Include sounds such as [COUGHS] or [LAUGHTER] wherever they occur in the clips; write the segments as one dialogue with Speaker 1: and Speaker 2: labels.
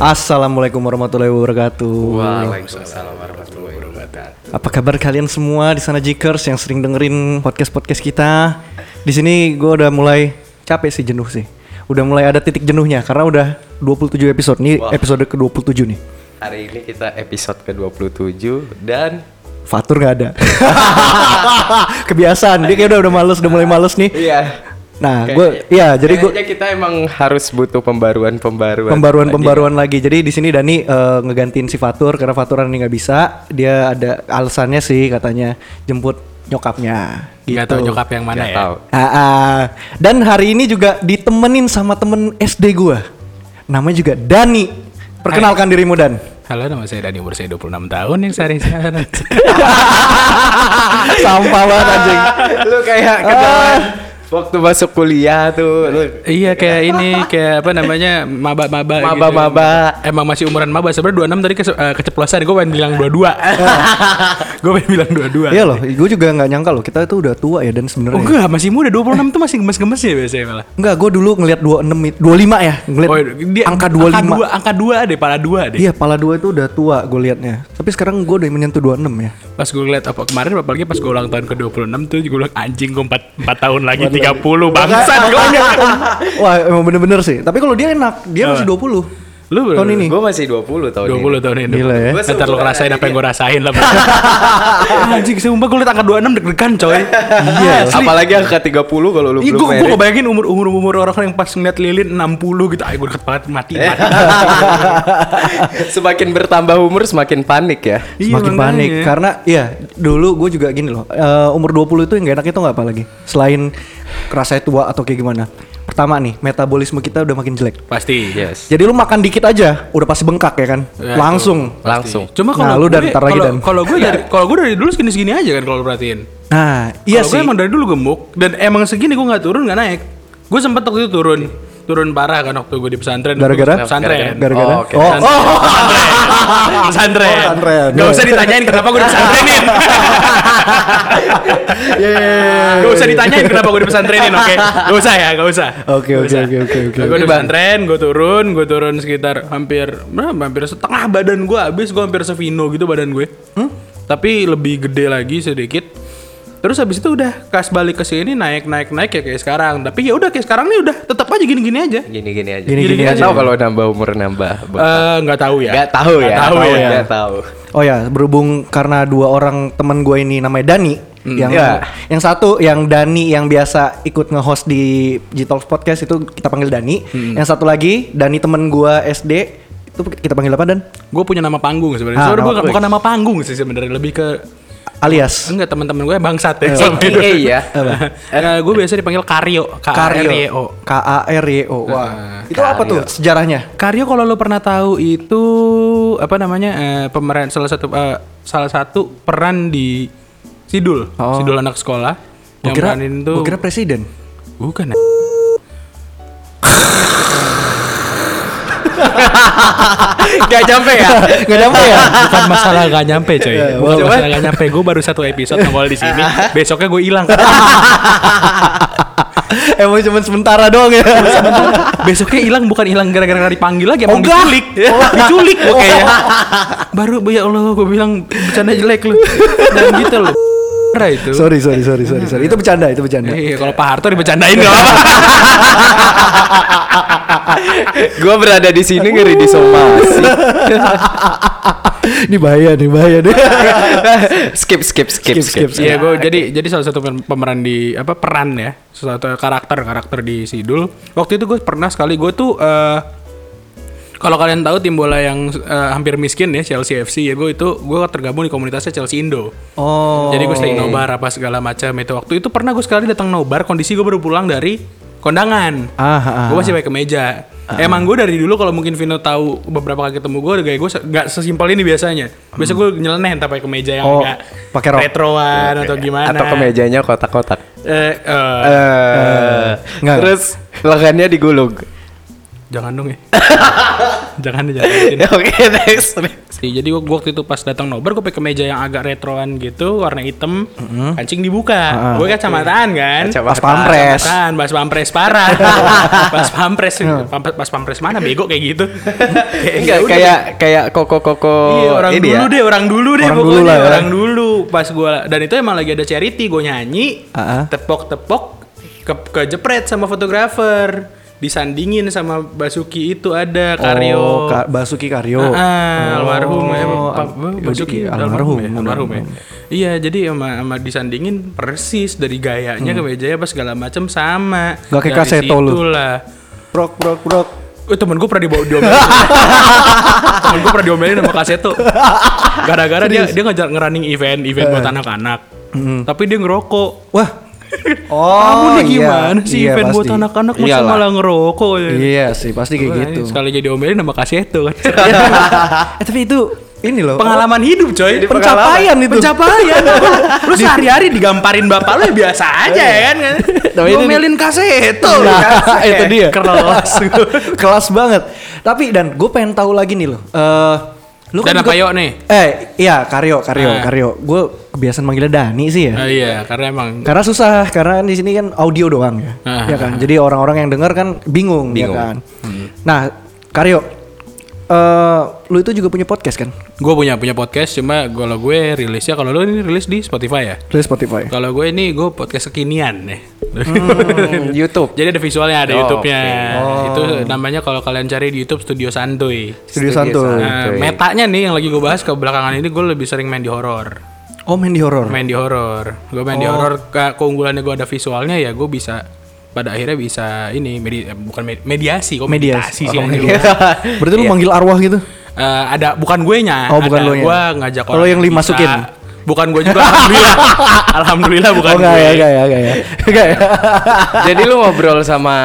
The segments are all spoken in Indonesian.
Speaker 1: Assalamualaikum warahmatullahi wabarakatuh.
Speaker 2: Waalaikumsalam warahmatullahi wabarakatuh.
Speaker 1: Apa kabar kalian semua di sana Jikers yang sering dengerin podcast podcast kita? Di sini gue udah mulai capek sih jenuh sih. Udah mulai ada titik jenuhnya karena udah 27 episode nih
Speaker 2: Wah.
Speaker 1: episode ke 27 nih.
Speaker 2: Hari ini kita episode ke-27 dan
Speaker 1: Fatur nggak ada. [LAUGHS] Kebiasaan dia kayak udah udah males udah mulai males nih.
Speaker 2: iya.
Speaker 1: Nah
Speaker 2: Kayak-
Speaker 1: gue ya jadi gue
Speaker 2: kayaknya kita emang harus butuh pembaruan-pembaruan.
Speaker 1: pembaruan-pembaruan lagi. Jadi di sini Dani eh, ngegantiin si Fatur karena Faturan ini nggak bisa. Dia ada alasannya sih katanya jemput nyokapnya. Gitu.
Speaker 3: Gak tau nyokap yang mana
Speaker 2: Nggak
Speaker 3: ya.
Speaker 2: tahu.
Speaker 1: Ah, ah. Dan hari ini juga ditemenin sama temen SD gua. Namanya juga Dani. Perkenalkan dirimu
Speaker 3: [LAUGHS]
Speaker 1: Dan.
Speaker 3: Halo nama saya Dani umur saya 26 tahun yang sehari sehari
Speaker 1: Sampah banget anjing.
Speaker 2: [LAUGHS] lu kayak ketahuan waktu masuk kuliah tuh lu
Speaker 3: [LAUGHS] Iya kayak ini kayak apa namanya maba-maba gitu.
Speaker 2: Maba-maba.
Speaker 3: Emang masih umuran maba sebenarnya 26 tadi kece- eh, keceplosan gue pengen bilang 22.
Speaker 1: [LAUGHS]
Speaker 3: gue pengen bilang 22.
Speaker 1: Iya loh, gue juga nggak nyangka loh kita itu udah tua ya dan
Speaker 3: Oh
Speaker 1: sebenarnya.
Speaker 3: enggak, masih muda 26 tuh masih gemes-gemes ya biasanya malah.
Speaker 1: Enggak, gue dulu ngelihat 26 it- 25 ya, ngelihat
Speaker 3: Oh,
Speaker 1: angka 25.
Speaker 3: Angka 2, angka 2 deh, pala 2 deh.
Speaker 1: Iya, pala 2 itu udah tua gue liatnya. Tapi sekarang gue udah menyentuh 26
Speaker 3: [LAUGHS]
Speaker 1: ya.
Speaker 3: Pas gue ngeliat apa kemarin apalagi pas gue ulang tahun ke-26 tuh gue bilang anjing gue 4, 4 tahun lagi 30 bangsat gue bilang.
Speaker 1: Wah, emang bener-bener sih. Tapi kalau dia enak, dia
Speaker 3: Nah.
Speaker 1: masih 20.
Speaker 3: Lu
Speaker 1: tahun ini.
Speaker 2: gua masih 20 tahun ini.
Speaker 3: 20 tahun ini.
Speaker 1: Gila ya.
Speaker 2: Gua
Speaker 3: Ntar lu
Speaker 2: seumuran
Speaker 3: ngerasain
Speaker 2: aja
Speaker 3: apa yang
Speaker 2: dia.
Speaker 3: gue rasain lah. Bang. [LAUGHS] Anjing, sumpah gue liat angka 26 deg-degan coy. Iya.
Speaker 2: Ya, Apalagi angka 30 kalau lu
Speaker 3: Ih,
Speaker 2: belum
Speaker 3: gue
Speaker 2: married.
Speaker 3: kebayangin umur umur umur orang yang pas ngeliat lilin 60 gitu, ayo gue deket banget mati. [LAUGHS] mati.
Speaker 2: [LAUGHS] Semakin bertambah umur semakin panik ya.
Speaker 3: Iya,
Speaker 1: Semakin
Speaker 3: makanya.
Speaker 1: panik karena iya dulu gue juga gini loh eh, umur 20 itu yang gak enak itu nggak apa lagi selain rasanya tua atau kayak gimana pertama nih metabolisme kita udah makin jelek
Speaker 3: Pasti.
Speaker 2: Yes.
Speaker 1: jadi lu makan dikit aja udah pasti bengkak ya kan
Speaker 3: Ya,
Speaker 1: langsung
Speaker 2: Langsung.
Speaker 3: Cuma
Speaker 1: Nah,
Speaker 3: kalau
Speaker 1: lu
Speaker 3: gue-
Speaker 1: dan ntar lagi,
Speaker 3: kalau-
Speaker 1: Dan.
Speaker 3: kalau gue [LAUGHS] dari kalau gue dari dulu segini-segini aja kan kalau lu perhatiin.
Speaker 1: nah iya
Speaker 3: Kalau
Speaker 1: sih
Speaker 3: Gue emang dari dulu gemuk dan emang segini gue nggak turun nggak naik. Gue sempet waktu itu turun turun parah kan waktu gue di pesantren.
Speaker 1: Gara-gara?
Speaker 3: pesantren.
Speaker 1: gara-gara oh,
Speaker 2: Oh,
Speaker 1: [LAUGHS]
Speaker 2: oke.
Speaker 1: oh,
Speaker 3: pesantren. pesantren.
Speaker 1: Oh, pesantren.
Speaker 3: Gak usah ditanyain kenapa [LAUGHS] gue di pesantrenin.
Speaker 1: Iya,
Speaker 3: Gak usah ditanyain kenapa gue di pesantrenin, oke? Gak usah ya, gak usah.
Speaker 1: Oke, oke, oke, oke, oke.
Speaker 3: Gue di pesantren, gue turun, gue turun sekitar hampir berapa? Hampir setengah badan gue habis, gue hampir sevino gitu badan gue. Tapi lebih gede lagi sedikit. Terus habis itu udah kas balik ke sini naik naik naik ya kayak sekarang. Tapi ya udah kayak sekarang nih udah tetap aja gini-gini aja.
Speaker 2: Gini-gini aja.
Speaker 1: Gini-gini
Speaker 2: Nggak
Speaker 1: aja.
Speaker 2: tahu kalau nambah umur nambah.
Speaker 3: Eh, nggak tahu ya.
Speaker 2: Gak tahu ya.
Speaker 3: Nggak tahu ya.
Speaker 2: Nggak tahu.
Speaker 1: oh ya berhubung karena dua orang teman gue ini namanya Dani yang
Speaker 2: Iya.
Speaker 1: yang satu yang Dani yang biasa ikut nge-host di G-Talks podcast itu kita panggil Dani yang satu lagi Dani temen gue SD itu kita panggil apa Dan
Speaker 3: Gue punya nama panggung sebenarnya.
Speaker 1: Ah,
Speaker 3: Soalnya gue
Speaker 1: nama-
Speaker 3: bukan nama panggung sih sebenarnya, lebih ke
Speaker 1: alias
Speaker 3: enggak teman-teman gue bangsat ya.
Speaker 2: AKA
Speaker 3: [LAUGHS]
Speaker 2: ya.
Speaker 3: gue biasa dipanggil Karyo. K-A-R-Y-O.
Speaker 1: K A R Y E O. Wah. Itu apa tuh sejarahnya?
Speaker 3: Karyo kalau lo pernah tahu itu apa namanya eh, pemeran salah satu eh, salah satu peran di Sidul,
Speaker 1: Oh.
Speaker 3: Sidul anak sekolah
Speaker 1: Gua
Speaker 3: yang
Speaker 1: kira,
Speaker 3: peranin tuh
Speaker 1: gua kira [LAUGHS] presiden.
Speaker 3: bukan. ya?
Speaker 2: Gak nyampe
Speaker 1: [LAUGHS]
Speaker 2: ya.
Speaker 1: Enggak damai ya?
Speaker 3: Bukan masalah gak nyampe coy. Bukan
Speaker 2: Coba.
Speaker 3: masalah gak nyampe. Gue baru satu episode nongol di [LAUGHS] sini. Besoknya gue hilang.
Speaker 1: Emang cuma sementara doang [LAUGHS] ya.
Speaker 3: Besoknya hilang bukan hilang gara-gara nggak dipanggil lagi emang
Speaker 1: Ogah.
Speaker 3: diculik. Diculik ya. gue kayaknya. Oh, [LAUGHS] Baru ya Allah gue bilang bercanda jelek lu. Dan gitu lu. Parah itu.
Speaker 1: sorry, sorry, sorry, sorry, sorry. Itu bercanda, itu bercanda.
Speaker 3: Iya, kalau Pak Harto dibecandain gak apa-apa.
Speaker 2: Gue berada di sini ngeri
Speaker 3: Uh.
Speaker 2: disomasi.
Speaker 1: [LAUGHS] Ini bahaya nih, bahaya nih.
Speaker 2: [LAUGHS]
Speaker 1: [LAUGHS]
Speaker 2: skip, skip,
Speaker 1: Skip,
Speaker 2: skip,
Speaker 1: skip, skip.
Speaker 2: skip.
Speaker 3: Iya, gue jadi jadi salah satu pem- pemeran di apa peran ya, salah satu karakter karakter di Sidul. Waktu itu gue pernah sekali gue tuh eh, kalau kalian tahu tim bola yang eh, hampir miskin ya Chelsea FC ya gue itu gue tergabung di komunitasnya Chelsea Indo.
Speaker 1: oh.
Speaker 3: Jadi gue sering nobar apa segala macam itu. Waktu itu pernah gue sekali datang nobar kondisi gue baru pulang dari kondangan.
Speaker 1: Ah, ah,
Speaker 3: Gue masih pakai kemeja. Emang gue dari dulu kalau mungkin Vino tahu beberapa kali ketemu gue gaya gue se- nggak sesimpel ini biasanya. Biasa gue nyeleneh entah pakai kemeja yang
Speaker 1: Oh,
Speaker 3: agak
Speaker 1: pakai rok.
Speaker 3: retroan atau gimana.
Speaker 2: Atau kemejanya kotak-kotak.
Speaker 3: Eh, eh,
Speaker 2: Eh,
Speaker 1: Nggak.
Speaker 2: terus lengannya digulung.
Speaker 3: Jangan dong ya. [LAUGHS] jangan deh, jangan.
Speaker 2: Ya, [LAUGHS] Oke next. next.
Speaker 3: Sih, jadi gua- gua waktu itu pas datang nobar gue pakai meja yang agak retroan gitu warna hitam
Speaker 2: Mm-hmm.
Speaker 3: kancing
Speaker 2: Ah,
Speaker 3: dibuka gue kacamataan kan
Speaker 2: Kacamata.
Speaker 1: Pas pampres.
Speaker 3: Kacamataan, pas pampres parah
Speaker 2: [LAUGHS]
Speaker 3: pas pampres pam- pas pampres mana bego kayak gitu
Speaker 2: Hmm.
Speaker 3: Ya
Speaker 2: Enggak kayak kayak koko koko
Speaker 3: Iya, orang
Speaker 2: ini
Speaker 3: dulu
Speaker 2: ya.
Speaker 3: deh, orang dulu deh
Speaker 1: Oh, Orang dulu
Speaker 3: pokoknya
Speaker 1: lah ya.
Speaker 3: orang dulu pas gua dan itu emang lagi ada charity gue nyanyi
Speaker 1: Ah, ah.
Speaker 3: tepok-tepok ke kejepret sama fotografer disandingin sama Basuki itu ada
Speaker 1: Oh,
Speaker 3: Karyo
Speaker 1: Ka- Basuki Karyo.
Speaker 3: Ah, ah, almarhum ya,
Speaker 1: Oh,
Speaker 3: Pak
Speaker 1: iya,
Speaker 3: Basuki
Speaker 1: iya,
Speaker 3: almarhum, ya,
Speaker 1: almarhum,
Speaker 3: almarhum ya. Iya, jadi sama, sama disandingin persis dari gayanya ke mejanya apa segala macam sama.
Speaker 1: Hmm. Nggak kayak
Speaker 3: Dari
Speaker 1: Kaseto lu.
Speaker 3: situlah.
Speaker 1: Brok brok brok.
Speaker 3: Eh, temen gue pernah dibawa diomelin.
Speaker 1: [LAUGHS]
Speaker 3: temen gue pernah diomelin sama Kaseto. Gara-gara dia dia ngajar ngerunning event event buat anak-anak. Tapi dia ngerokok.
Speaker 1: Eh. Hmm. Wah.
Speaker 3: [LAUGHS] Kamu
Speaker 1: Oh,
Speaker 3: nih
Speaker 1: iya.
Speaker 3: gimana sih
Speaker 1: Iya,
Speaker 3: event buat
Speaker 1: pasti.
Speaker 3: anak-anak masa
Speaker 2: Iyalah.
Speaker 3: malah ngerokok? ya?
Speaker 1: Iya sih, pasti kayak gitu.
Speaker 3: Sekali jadi diomelin sama
Speaker 1: [LAUGHS]
Speaker 3: Kaseto kan.
Speaker 1: eh, tapi itu ini loh. [LAUGHS]
Speaker 3: pengalaman hidup coy
Speaker 1: Jadi pengalaman.
Speaker 3: pencapaian
Speaker 1: Nah,
Speaker 3: lu sehari-hari digamparin bapak lu ya biasa aja
Speaker 1: Iya.
Speaker 3: ya kan
Speaker 2: Tapi itu-
Speaker 3: ngomelin kaseto lu. [LAUGHS]
Speaker 1: Nah, itu dia.
Speaker 3: keras
Speaker 1: Kelas banget. Tapi dan gue pengen tahu lagi nih loh. Eh, lu
Speaker 3: Dan apa
Speaker 1: juga-
Speaker 3: yuk nih?
Speaker 1: Eh, iya Karyo, Karyo,
Speaker 3: Ah.
Speaker 1: Karyo. Gue kebiasaan manggilnya Dani sih ya.
Speaker 3: Oh iya karena emang
Speaker 1: Karena susah, karena di sini kan audio doang ya,
Speaker 3: Ah.
Speaker 1: ya kan. Jadi orang-orang yang dengar kan bingung,
Speaker 2: Bingung.
Speaker 1: ya kan. Nah, Karyo, eh lu itu juga punya podcast kan?
Speaker 3: gue punya punya podcast cuma kalau gue rilisnya kalau lu ini rilis di Spotify ya
Speaker 1: Dari Spotify.
Speaker 3: kalau gue ini gue podcast kekinian nih [LAUGHS]
Speaker 2: Hmm, YouTube.
Speaker 3: jadi ada visualnya ada
Speaker 2: Oh,
Speaker 3: YouTube-nya Nah, itu namanya kalau kalian cari di YouTube Studio Santuy
Speaker 1: Studio
Speaker 2: Studio
Speaker 1: Santuy.
Speaker 2: Santuy.
Speaker 3: Nah,
Speaker 2: Santuy.
Speaker 3: metanya nih yang lagi gue bahas ke belakangan ini gue lebih sering main di horor
Speaker 1: Oh, main di horor.
Speaker 3: main di horor gue main di
Speaker 2: Oh.
Speaker 3: horor ke- keunggulannya gue ada visualnya ya gue bisa pada akhirnya bisa ini medi- eh, bukan med- mediasi kok
Speaker 1: Mediasi.
Speaker 3: meditasi sih
Speaker 1: Oh,
Speaker 3: anjing.
Speaker 1: Berarti lu manggil arwah gitu?
Speaker 3: Eh, ada bukan gue nya
Speaker 1: Oh, bukan lu-nya.
Speaker 3: gue ngajak
Speaker 1: Kalau yang
Speaker 3: bisa.
Speaker 1: dimasukin?
Speaker 3: bukan gue juga [LAUGHS] alhamdulillah alhamdulillah bukan
Speaker 1: oh, enggak
Speaker 3: gue
Speaker 1: ya, enggak ya, enggak ya. Enggak ya.
Speaker 2: [LAUGHS] Jadi lu ngobrol sama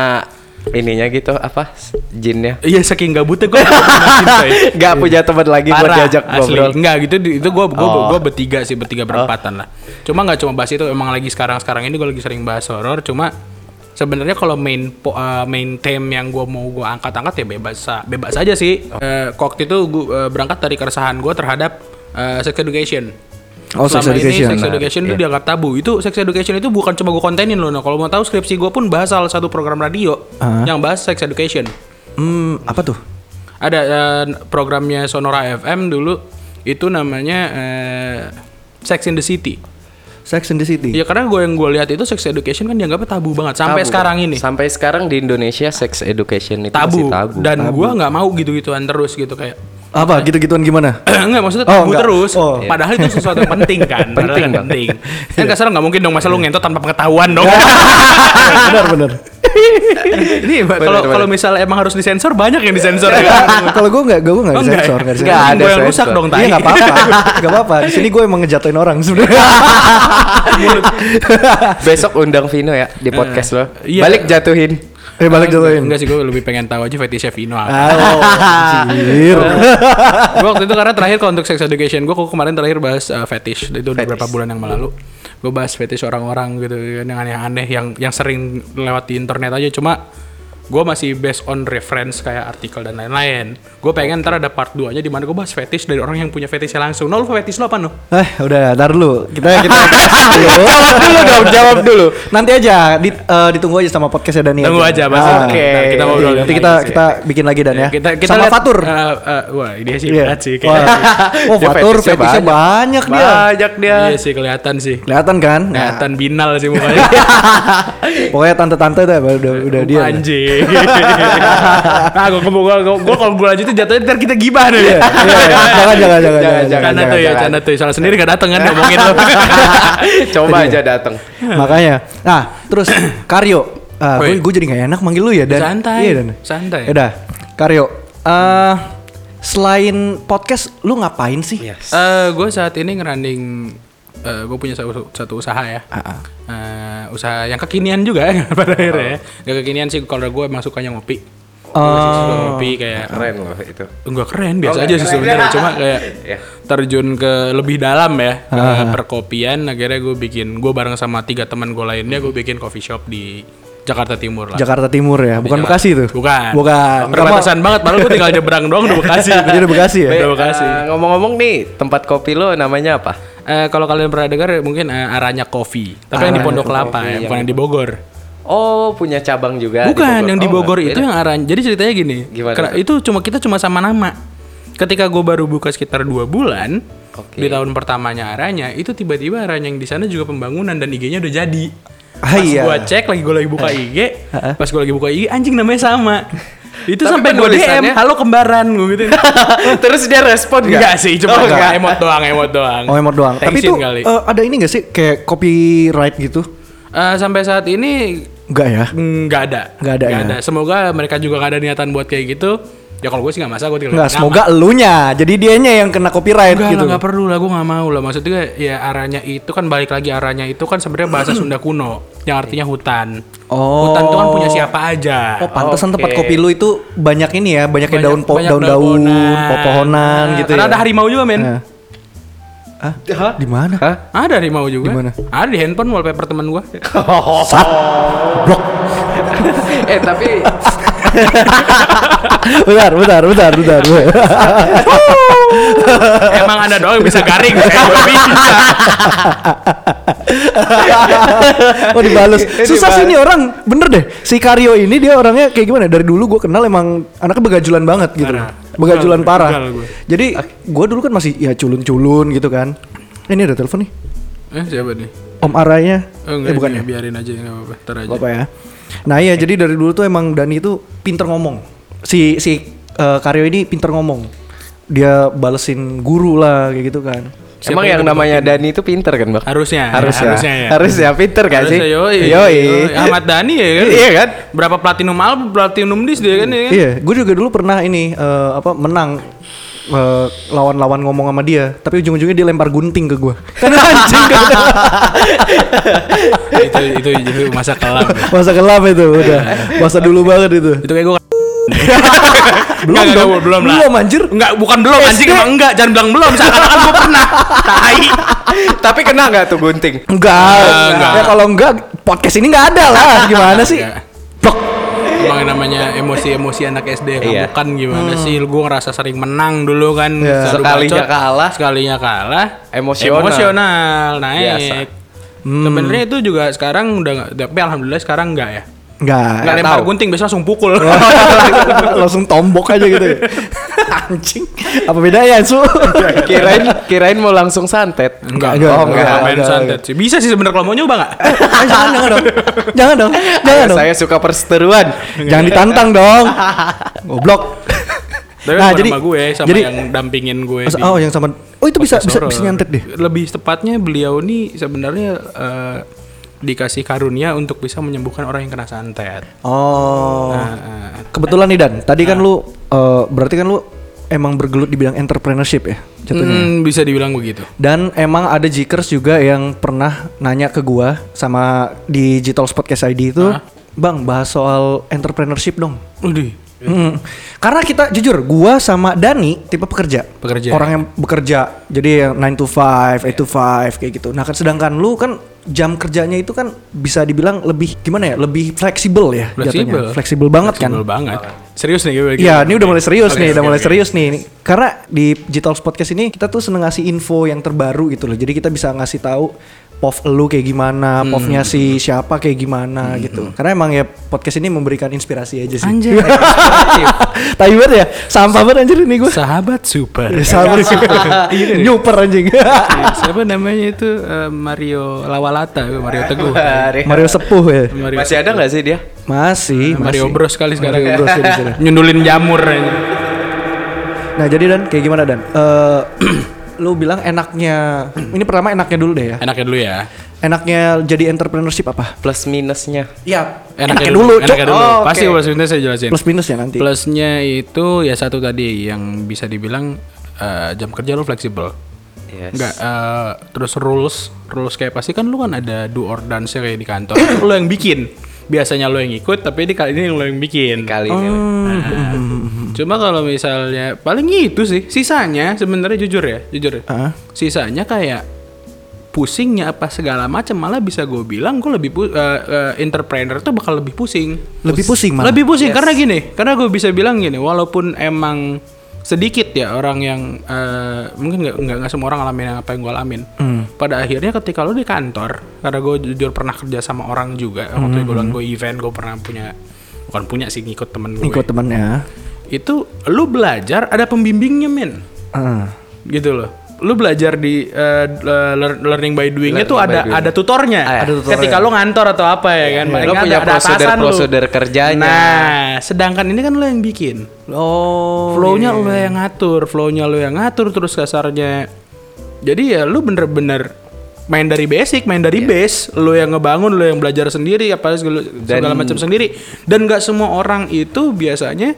Speaker 2: ininya gitu apa jinnya?
Speaker 3: iya saking gabutnya gue
Speaker 1: [LAUGHS]
Speaker 3: lagi
Speaker 2: Gak punya teman lagi buat diajak ngobrol.
Speaker 3: Enggak gitu di- itu gue gue
Speaker 2: Oh.
Speaker 3: gue bertiga sih bertiga berempatan lah. Cuma nggak cuma bahas itu emang lagi sekarang sekarang ini gue lagi sering bahas horor. Cuma sebenarnya kalau main po- eh, main theme yang gue mau gue angkat-angkat ya bebas sa- bebas aja sih.
Speaker 2: Oh.
Speaker 3: Eh, waktu itu gue berangkat dari keresahan gue terhadap eh, sex education.
Speaker 1: Oh, sex
Speaker 3: Selama
Speaker 1: education.
Speaker 3: Ini sex education
Speaker 2: Nah, iya.
Speaker 3: itu dianggap tabu. Itu sex education itu bukan cuma gue kontenin loh. Nah, kalau mau tahu skripsi gue pun bahas salah satu program radio
Speaker 1: Ah.
Speaker 3: yang bahas sex education
Speaker 1: Hmm, apa tuh?
Speaker 3: ada eh, programnya Sonora FM dulu itu namanya eh, Sex in the City.
Speaker 1: Sex and the City.
Speaker 3: Ya karena gue yang gue lihat itu sex education kan dianggapnya tabu banget sampai
Speaker 2: Tabu.
Speaker 3: sekarang ini.
Speaker 2: Sampai sekarang di Indonesia sex education itu masih
Speaker 3: Tabu.
Speaker 2: tabu.
Speaker 3: Dan gue nggak mau gitu-gituan terus gitu kayak [CLEARS THROAT]
Speaker 1: Apa gitu-gituan
Speaker 3: [LAUGHS]
Speaker 1: gimana?
Speaker 3: Enggak maksudnya
Speaker 1: Oh,
Speaker 3: tabu
Speaker 1: enggak.
Speaker 3: terus
Speaker 1: Oh.
Speaker 3: Padahal itu sesuatu yang penting kan
Speaker 2: [LAUGHS]
Speaker 3: Padahal
Speaker 2: Penting, Bang. Iya.
Speaker 3: penting Kan kasar nggak mungkin dong Masa lu ngentot tanpa pengetahuan dong
Speaker 1: benar, benar.
Speaker 3: [LAUGHS] Ini kalau kalau misalnya emang harus disensor Banyak yang disensor ya
Speaker 1: Kalau gue enggak, gue enggak
Speaker 3: Oh, enggak ya?
Speaker 1: sensor, enggak
Speaker 2: Enggak
Speaker 1: sensor.
Speaker 2: Iya. ada
Speaker 3: Gue yang
Speaker 2: sensor.
Speaker 3: rusak dong
Speaker 1: Iya
Speaker 3: tai
Speaker 1: nggak apa-apa, nggak apa-apa. Di sini gue emang ngejatuhin orang sebenarnya.
Speaker 2: Besok undang Vino ya di podcast lo.
Speaker 3: iya.
Speaker 2: Balik jatuhin.
Speaker 1: eh balik jatuhin.
Speaker 3: [LAUGHS] Enggak sih gue lebih pengen tahu aja fetishnya Vino apa.
Speaker 1: Ah, oh, anjir.
Speaker 3: gue waktu itu karena terakhir kalau untuk sex education gue kemarin terakhir bahas uh, fetish itu udah beberapa bulan yang lalu gue bahas fetish orang-orang gitu kan, yang aneh-aneh yang yang sering lewat di internet aja cuma gue masih based on reference kayak artikel dan lain-lain gue pengen ntar ada part 2 nya di mana gue bahas fetish dari orang yang punya fetishnya langsung no lu fetish lo apa
Speaker 1: [LAUGHS]
Speaker 3: no
Speaker 1: Eh, udah, ntar dulu. Kita kita dulu.
Speaker 2: Jawab dulu dong, jawab dulu.
Speaker 1: Nanti aja di- eh, ditunggu aja sama podcastnya Dani.
Speaker 3: Tunggu aja, Mas.
Speaker 1: Ah,
Speaker 2: Oke.
Speaker 1: ntar Kita ngobrol. Nanti kita
Speaker 3: lagi sih.
Speaker 1: kita bikin lagi Dan ya.
Speaker 3: Iya, kita kita
Speaker 1: sama
Speaker 3: lihat-
Speaker 1: Fatur.
Speaker 3: Eh, eh, wah dia sih
Speaker 1: Iya.
Speaker 3: berat sih
Speaker 1: Wah.
Speaker 3: [LAUGHS] kayaknya.
Speaker 1: Oh,
Speaker 2: Dia
Speaker 1: Fatur
Speaker 2: fetishnya
Speaker 1: fetishnya banyak dia.
Speaker 2: Banyak dia.
Speaker 3: iya sih kelihatan sih
Speaker 1: Kelihatan kan? Nah,
Speaker 3: kelihatan binal sih
Speaker 1: [LAUGHS]
Speaker 3: mukanya
Speaker 1: pokoknya tante-tante dah udah udah dia.
Speaker 2: ya?
Speaker 3: Anjing. [LAUGHS] nah, gue gue gue kalau gue lanjutin jatuhnya ntar kita gibah nih.
Speaker 1: Iya, iya, iya. jangan jangan jangan jangan.
Speaker 2: jangan,
Speaker 3: Canda tuh ya,
Speaker 2: jangan.
Speaker 3: canda tuh. Salah sendiri gak dateng kan ngomongin
Speaker 2: [LAUGHS]
Speaker 3: lo.
Speaker 2: [LAUGHS] Coba aja datang.
Speaker 1: Makanya. Nah,
Speaker 3: [COUGHS]
Speaker 1: terus Karyo. Ah,
Speaker 3: Woi.
Speaker 1: gue, gue jadi gak enak manggil lu ya dan
Speaker 3: Santai,
Speaker 1: iya, dan.
Speaker 3: santai.
Speaker 1: Yaudah, Karyo. eh selain podcast, lu ngapain sih?
Speaker 3: Eh, gue saat ini ngeranding eh gue punya satu, satu usaha ya.
Speaker 2: Ah,
Speaker 3: Eh, usaha yang kekinian juga ya, [LAUGHS] pada
Speaker 2: Oh.
Speaker 3: akhirnya ya. Gak kekinian sih kalau gue emang sukanya ngopi. Gua sih suka ngopi kayak
Speaker 2: Keren loh itu.
Speaker 3: Enggak keren biasa aja sih sebenarnya cuma kayak
Speaker 2: Iya.
Speaker 3: terjun ke lebih dalam ya ke
Speaker 1: Ah.
Speaker 3: perkopian akhirnya gue bikin gue bareng sama tiga teman gue lainnya gue bikin coffee shop di Jakarta Timur lah.
Speaker 1: Jakarta Timur ya, bukan Bekasi tuh.
Speaker 3: Iya. Bukan.
Speaker 1: Bukan.
Speaker 3: Perbatasan banget, malah gue tinggal nyebrang doang udah Bekasi.
Speaker 1: [LAUGHS] Jadi udah Bekasi ya.
Speaker 3: Be-
Speaker 2: Eh,
Speaker 3: Terima kasih.
Speaker 2: eh, ngomong-ngomong nih, tempat kopi lo namanya apa?
Speaker 3: Eh, kalau kalian pernah dengar mungkin eh, Aranya Coffee, tapi yang di Pondok Kelapa
Speaker 1: iya,
Speaker 3: ya, bukan yang di Bogor.
Speaker 2: Oh, punya cabang juga.
Speaker 3: Bukan,
Speaker 2: Bogor.
Speaker 3: yang di
Speaker 2: Oh,
Speaker 3: Bogor
Speaker 2: beda.
Speaker 3: itu yang Aranya. Jadi ceritanya gini,
Speaker 2: Gimana
Speaker 3: kena- itu cuma kita cuma sama nama. Ketika gue baru buka sekitar dua bulan,
Speaker 2: Oke.
Speaker 3: di tahun pertamanya Aranya, itu tiba-tiba Aranya yang di sana juga pembangunan dan IG-nya udah jadi.
Speaker 1: Ah,
Speaker 3: Pas
Speaker 1: iya.
Speaker 3: gue cek lagi gue lagi buka IG, pas gue lagi buka IG anjing namanya sama. itu
Speaker 2: Tapi
Speaker 3: sampai gue DM,
Speaker 2: penulisannya-
Speaker 3: halo kembaran gue gitu.
Speaker 2: [LAUGHS] Terus dia respon nggak?
Speaker 3: Enggak sih, cuma
Speaker 2: Oh,
Speaker 3: enggak.
Speaker 2: nggak.
Speaker 3: emot doang, emot doang.
Speaker 1: Oh emot doang. Tapi
Speaker 3: Tensin
Speaker 1: itu
Speaker 3: kali.
Speaker 1: eh, ada ini gak sih kayak copyright gitu?
Speaker 3: Eh, sampai saat ini
Speaker 1: Enggak ya?
Speaker 3: nggak ada.
Speaker 1: Nggak ada ya?
Speaker 3: Semoga mereka juga nggak ada niatan buat kayak gitu. Ya kalau gue sih nggak masalah, gue tinggal
Speaker 1: Enggak,
Speaker 3: ganti
Speaker 1: semoga elunya. Jadi dianya yang kena copyright
Speaker 3: Enggak
Speaker 1: gitu.
Speaker 3: lah, nggak perlu lah, gue nggak mau lah. Maksudnya ya arahnya itu kan balik lagi arahnya itu kan sebenarnya
Speaker 1: [CLEARS THROAT]
Speaker 3: bahasa Sunda kuno yang artinya hutan.
Speaker 1: Oh.
Speaker 3: Hutan itu kan punya siapa aja.
Speaker 1: Oh, pantesan
Speaker 2: Oke.
Speaker 1: tempat kopi lu itu banyak ini ya, banyak,
Speaker 3: Banyak-
Speaker 1: daun po-
Speaker 3: banyak
Speaker 1: daun-daun,
Speaker 3: daunan.
Speaker 1: pepohonan
Speaker 3: Nah,
Speaker 1: gitu
Speaker 3: Karena
Speaker 1: ya.
Speaker 3: ada harimau juga, men.
Speaker 1: Nah. Ah, di mana?
Speaker 2: Hah?
Speaker 3: Ada harimau juga.
Speaker 1: Di mana?
Speaker 3: Ada di handphone wallpaper teman gue.
Speaker 1: [LAUGHS] Sat. Blok.
Speaker 2: [LAUGHS]
Speaker 1: [LAUGHS]
Speaker 2: eh, tapi
Speaker 1: bentar, bentar, bentar, bentar.
Speaker 3: Emang anda doang yang bisa
Speaker 1: [LAUGHS]
Speaker 3: garing, saya nggak bisa.
Speaker 1: oh dibales. Susah sih
Speaker 2: Dibales.
Speaker 1: ini orang, bener deh. Si Karyo ini dia orangnya kayak gimana? ya? Dari dulu gue kenal emang anaknya begajulan banget gitu.
Speaker 3: Parah.
Speaker 1: Begajulan
Speaker 3: Begal,
Speaker 1: parah.
Speaker 3: begal gue.
Speaker 1: Jadi gue dulu kan masih ya culun-culun gitu kan. Eh, ini ada telepon nih.
Speaker 3: Eh siapa nih?
Speaker 1: Om Aranya.
Speaker 3: Oh,
Speaker 1: eh bukan ya.
Speaker 3: biarin aja nggak apa-apa, ntar aja.
Speaker 1: Gak apa ya. Nah iya jadi dari dulu tuh emang Dani itu pinter ngomong. Si si eh, Karyo ini pinter ngomong. Dia balesin guru lah kayak gitu kan.
Speaker 2: emang yang namanya Dani itu pinter kan, Bang?
Speaker 3: Harusnya,
Speaker 2: Harus ya.
Speaker 3: harusnya ya.
Speaker 2: Harus ya, pinter kan sih?
Speaker 3: Harusnya, yoi. Yoi. Ahmad Dhani ya kan?
Speaker 2: [LAUGHS] Iya kan?
Speaker 3: Berapa platinum album, platinum disc dia kan? ya kan?
Speaker 1: Iya, gue juga dulu pernah ini eh, apa menang eh, lawan-lawan ngomong sama dia, tapi ujung-ujungnya dia lempar gunting ke [LAUGHS] gue. Karena anjing kata.
Speaker 3: Ah, itu itu itu masa kelam. ya.
Speaker 1: Masa kelam itu udah. Masa dulu banget itu.
Speaker 3: Itu kayak kan, gue
Speaker 1: Belum
Speaker 3: Nggak,
Speaker 1: dong.
Speaker 3: nggak, belum lah.
Speaker 1: Belum anjir.
Speaker 3: Enggak, bukan belum anjing emang enggak, jangan bilang belum, seakan-akan gue pernah. Tai.
Speaker 2: Tapi kena nggak tuh gunting?
Speaker 1: Enggak.
Speaker 3: enggak.
Speaker 1: Ya kalau enggak podcast ini enggak ada lah. Gimana sih?
Speaker 3: Enggak.
Speaker 1: Blok.
Speaker 3: Emang yang namanya emosi-emosi anak SD
Speaker 2: Iya.
Speaker 3: bukan gimana sih? Gue ngerasa sering menang dulu kan.
Speaker 1: Iya.
Speaker 3: selalu
Speaker 2: Sekalinya
Speaker 3: bacot.
Speaker 2: kalah.
Speaker 3: Sekalinya kalah.
Speaker 2: Emosional.
Speaker 3: Emosional naik.
Speaker 2: Biasa.
Speaker 3: Sebenarnya itu juga sekarang udah nggak- tapi alhamdulillah sekarang enggak ya.
Speaker 1: Enggak.
Speaker 3: Enggak lempar
Speaker 2: tahu.
Speaker 3: gunting, besok langsung
Speaker 2: [LAUGHS]
Speaker 3: pukul.
Speaker 1: [LAUGHS] langsung tombok aja gitu ya. anjing apa bedanya su
Speaker 2: [LAUGHS] kirain kirain mau langsung santet.
Speaker 3: Enggak,
Speaker 1: Enggak,
Speaker 3: oh,
Speaker 2: enggak,
Speaker 3: enggak,
Speaker 2: enggak,
Speaker 3: main
Speaker 1: enggak,
Speaker 3: santet sih. Bisa sih sebenarnya kalau mau nyoba enggak?
Speaker 1: Eh, [LAUGHS] jangan jangan dong jangan dong jangan
Speaker 2: Ayo,
Speaker 1: dong
Speaker 2: saya suka perseteruan.
Speaker 1: jangan ditantang dong
Speaker 2: [LAUGHS]
Speaker 1: goblok
Speaker 3: Tapi
Speaker 1: nah
Speaker 3: bukan
Speaker 1: jadi
Speaker 3: sama gue sama
Speaker 1: jadi
Speaker 3: yang dampingin gue.
Speaker 1: Mas-
Speaker 3: di-
Speaker 1: oh yang sama oh itu bisa bisa
Speaker 3: Soror.
Speaker 1: bisa nyantet deh
Speaker 3: Lebih tepatnya beliau nih sebenarnya eh, dikasih karunia untuk bisa menyembuhkan orang yang kena santet.
Speaker 1: oh
Speaker 3: Eh,
Speaker 1: kebetulan nih dan tadi kan
Speaker 3: Nah.
Speaker 1: lu eh, berarti kan lu emang bergelut di bidang entrepreneurship ya jatuhnya
Speaker 3: hmm, bisa dibilang begitu.
Speaker 1: Dan emang ada jikers juga yang pernah nanya ke gua sama di Digital Podcast ID itu, "Bang, bahas soal entrepreneurship dong."
Speaker 3: Udih.
Speaker 1: Mm. Karena kita jujur, gua sama Dani tipe pekerja.
Speaker 3: Pekerja. Iya.
Speaker 1: Orang yang bekerja. Jadi yang 9 to 5, 8 to 5 kayak gitu. Nah, kan sedangkan lu kan jam kerjanya itu kan bisa dibilang lebih gimana ya? Lebih fleksibel ya
Speaker 3: Fleksibel.
Speaker 1: Fleksibel banget kan?
Speaker 3: Sebel banget. Serius nih gue.
Speaker 1: Iya, ini udah mulai serius nih, udah mulai serius nih. Karena di Digital Podcast ini kita tuh seneng ngasih info yang terbaru gitu loh. Jadi kita bisa ngasih tahu POV lu kayak gimana,
Speaker 3: Hmm.
Speaker 1: POV-nya si siapa kayak gimana gitu. Karena emang ya podcast ini memberikan inspirasi aja sih. [LAUGHS]
Speaker 3: Anjir.
Speaker 2: [LAUGHS]
Speaker 1: Tai banget ya, sampah banget anjir Iya, ini Iya, gue.
Speaker 3: Sahabat super. Iya,
Speaker 1: Sampah
Speaker 3: [LAUGHS]
Speaker 1: Nyuper anjing.
Speaker 3: Siapa namanya itu Eh, Mario Lawalata, Mario Teguh.
Speaker 1: Mario sepuh ya.
Speaker 3: Mario
Speaker 2: Masih ada nggak sih dia?
Speaker 1: Masih,
Speaker 3: Mario
Speaker 1: masih.
Speaker 3: Bros kali sekarang ya.
Speaker 1: Mario Bros jadi
Speaker 3: [LAUGHS]
Speaker 1: sudah.
Speaker 3: nyundulin jamur aja.
Speaker 1: Nah, jadi Dan kayak gimana Dan? Eh [CLEARS THROAT] lu bilang enaknya ini pertama enaknya dulu deh ya.
Speaker 3: Enaknya dulu ya.
Speaker 1: Enaknya jadi entrepreneurship apa?
Speaker 2: Plus minusnya.
Speaker 1: Ya, enaknya,
Speaker 3: Enaknya,
Speaker 1: dulu, Cok.
Speaker 3: Enaknya dulu.
Speaker 2: Oh, oke.
Speaker 3: Pasti plus minusnya saya jelasin.
Speaker 1: Plus minus ya nanti.
Speaker 3: Plusnya itu ya satu tadi yang bisa dibilang eh, jam kerja lu fleksibel.
Speaker 2: Yes.
Speaker 3: Enggak eh, terus rules, rules kayak pasti kan lu kan ada do or dance kayak di kantor. Itu lu yang bikin. Biasanya lu yang ikut, tapi di kali ini lu yang bikin.
Speaker 2: Kali ini.
Speaker 3: Cuma kalau misalnya paling itu sih, sisanya sebenarnya jujur ya, jujur. ya.
Speaker 1: Ah.
Speaker 3: Sisanya kayak pusingnya apa segala macam malah bisa gue bilang gue lebih pu- eh, eh, entrepreneur tuh bakal lebih pusing
Speaker 1: Lebih pusing malah.
Speaker 3: lebih pusing karena gini karena gue bisa bilang gini walaupun emang sedikit ya orang yang eh, mungkin nggak nggak nggak semua orang ngalamin yang apa yang gue alamin
Speaker 1: Hmm.
Speaker 3: pada akhirnya ketika lo di kantor karena gue jujur pernah kerja sama orang juga
Speaker 1: Hmm.
Speaker 3: waktu itu gue bilang gue event gue pernah punya bukan punya sih ngikut temen gue
Speaker 1: Ikut temannya.
Speaker 3: itu lu belajar ada pembimbingnya men
Speaker 1: Ah.
Speaker 3: gitu loh lu belajar di eh, lear- learning by doing-nya tuh
Speaker 2: Learning by
Speaker 3: ada
Speaker 2: doing.
Speaker 3: ada tutornya.
Speaker 2: Ah, ya. Ada
Speaker 1: tutornya.
Speaker 3: Ketika lu ngantor atau apa ya kan, paling
Speaker 2: Lu
Speaker 3: nggak
Speaker 2: punya
Speaker 3: atasan lu.
Speaker 2: prosedur-prosedur kerjanya.
Speaker 3: Nah, sedangkan ini kan lu yang bikin.
Speaker 1: Oh.
Speaker 3: Flow-nya lu yang ngatur, flow-nya lu yang ngatur terus kasarnya. Jadi ya lu bener-bener main dari basic, main dari base, lu yang ngebangun, lu yang belajar sendiri, apa segala, segala macam sendiri. Dan nggak semua orang itu biasanya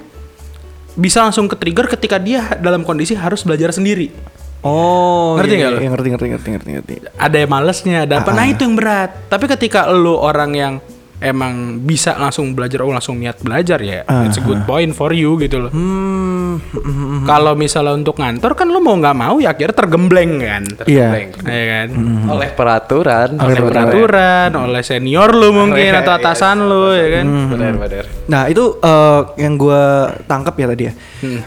Speaker 3: bisa langsung ke trigger ketika dia dalam kondisi harus belajar sendiri.
Speaker 1: Oh.
Speaker 3: Ngerti nggak lu?
Speaker 1: Yang ngerti ngerti ngerti ngerti ngerti.
Speaker 3: Ada yang malesnya, ada apa? Nah
Speaker 1: Ah.
Speaker 3: itu yang berat. Tapi ketika lu orang yang emang bisa langsung belajar, oh langsung niat belajar ya, it's a good point for you gitu loh.
Speaker 1: Ah, Hmm.
Speaker 3: Kalau misalnya untuk ngantor kan lo mau nggak mau ya akhirnya tergembleng kan.
Speaker 1: Iya.
Speaker 3: Iya kan.
Speaker 1: Hmm.
Speaker 2: oleh peraturan
Speaker 3: Oleh peraturan, oleh senior lo mungkin atau atasan
Speaker 1: Iya,
Speaker 3: lo ya kan.
Speaker 2: benar benar
Speaker 1: Nah itu eh, yang gue tangkap ya tadi ya.
Speaker 3: Hmm.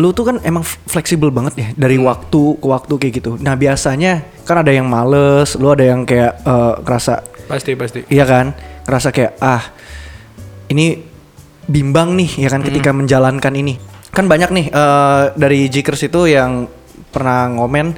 Speaker 1: Lu tuh kan emang f- fleksibel banget ya dari waktu ke waktu kayak gitu. Nah biasanya kan ada yang males, lu ada yang kayak eh, kerasa,
Speaker 3: Pasti pasti.
Speaker 1: iya kan? Kerasa kayak ah ini bimbang nih ya kan ketika menjalankan ini. Kan banyak nih eh, dari Jikers itu yang pernah ngomen.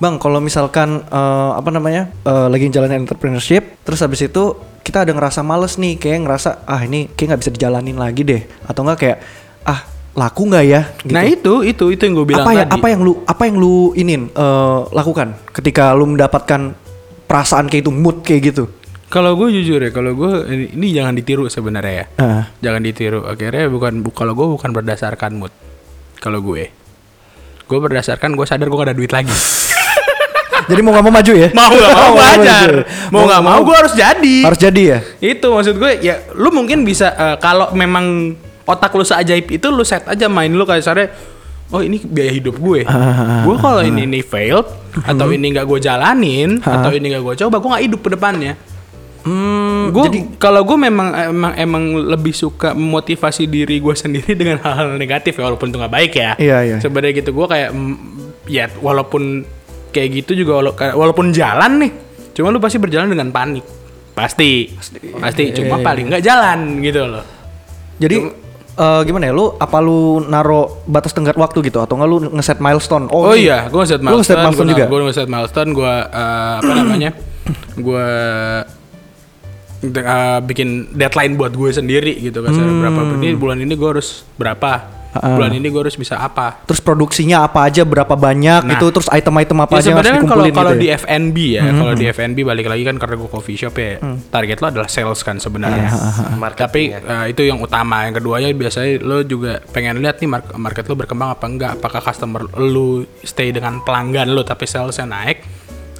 Speaker 1: Bang, kalau misalkan eh, apa namanya eh, lagi jalanin entrepreneurship, terus habis itu kita ada ngerasa males nih, kayak ngerasa ah ini kayak nggak bisa dijalanin lagi deh, atau enggak kayak ah laku nggak ya? Gitu.
Speaker 3: Nah itu itu itu yang gue bilang
Speaker 1: apa ya,
Speaker 3: tadi.
Speaker 1: apa yang lu apa yang lu inin eh, lakukan ketika lu mendapatkan perasaan kayak itu mood kayak gitu?
Speaker 3: Kalau gue jujur ya, kalau gue ini, ini jangan ditiru sebenarnya ya.
Speaker 1: Ah.
Speaker 3: Jangan ditiru. Akhirnya bukan bu- kalau gue bukan berdasarkan mood. Kalau gue, gue berdasarkan gue sadar gue gak ada duit [LAUGHS] lagi.
Speaker 1: Jadi mau nggak mau maju ya?
Speaker 3: mau nggak mau
Speaker 1: nggak
Speaker 3: belajar.
Speaker 1: maju. ya?
Speaker 3: Mau nggak mau gue harus jadi.
Speaker 1: harus jadi ya.
Speaker 3: itu maksud gue ya lu mungkin bisa eh, kalau memang otak lu seajaib itu lu set aja main lu kayak sore oh ini biaya hidup [LAUGHS] gue gue kalau [LAUGHS] ini ini failed atau ini nggak gue [LAUGHS] jalanin atau ini nggak gue coba gue nggak hidup ke depannya gue kalau gue memang emang emang lebih suka memotivasi diri gue sendiri [LAUGHS] dengan hal-hal negatif ya walaupun itu nggak baik ya
Speaker 1: Iya, iya.
Speaker 3: sebenarnya gitu gue kayak mm, ya walaupun kayak gitu juga wala- kayak- walaupun jalan nih cuma lu pasti berjalan dengan panik pasti pasti,
Speaker 1: Iya,
Speaker 3: cuma paling nggak jalan gitu loh
Speaker 1: Jadi eh, gimana ya lu apa lu naro batas tenggat waktu gitu atau enggak lu ngeset milestone?
Speaker 3: oh,
Speaker 1: ini-
Speaker 3: iya gue ngeset
Speaker 1: Lu ngeset
Speaker 3: milestone
Speaker 1: milestone juga.
Speaker 3: gue ngeset milestone gue eh, apa namanya gue eh, bikin deadline buat gue sendiri gitu kan berapa ini bulan ini gue harus berapa bulan ini gue harus bisa apa
Speaker 1: terus produksinya apa aja berapa banyak
Speaker 3: Nah.
Speaker 1: gitu terus item-item apa
Speaker 3: Ya
Speaker 1: aja yang harus
Speaker 3: sebenarnya kan kalau
Speaker 1: dikumpulin
Speaker 3: kalau
Speaker 1: gitu
Speaker 3: di
Speaker 1: ya? hmm.
Speaker 3: FNB ya, kalau di FNB balik lagi kan karena gue coffee shop ya, target lo adalah sales kan sebenarnya.
Speaker 1: Iya,
Speaker 3: Tapi eh, itu yang utama. Yang keduanya biasanya lo juga pengen lihat nih mark- market lo berkembang apa enggak, apakah customer lo stay dengan pelanggan lo tapi salesnya naik,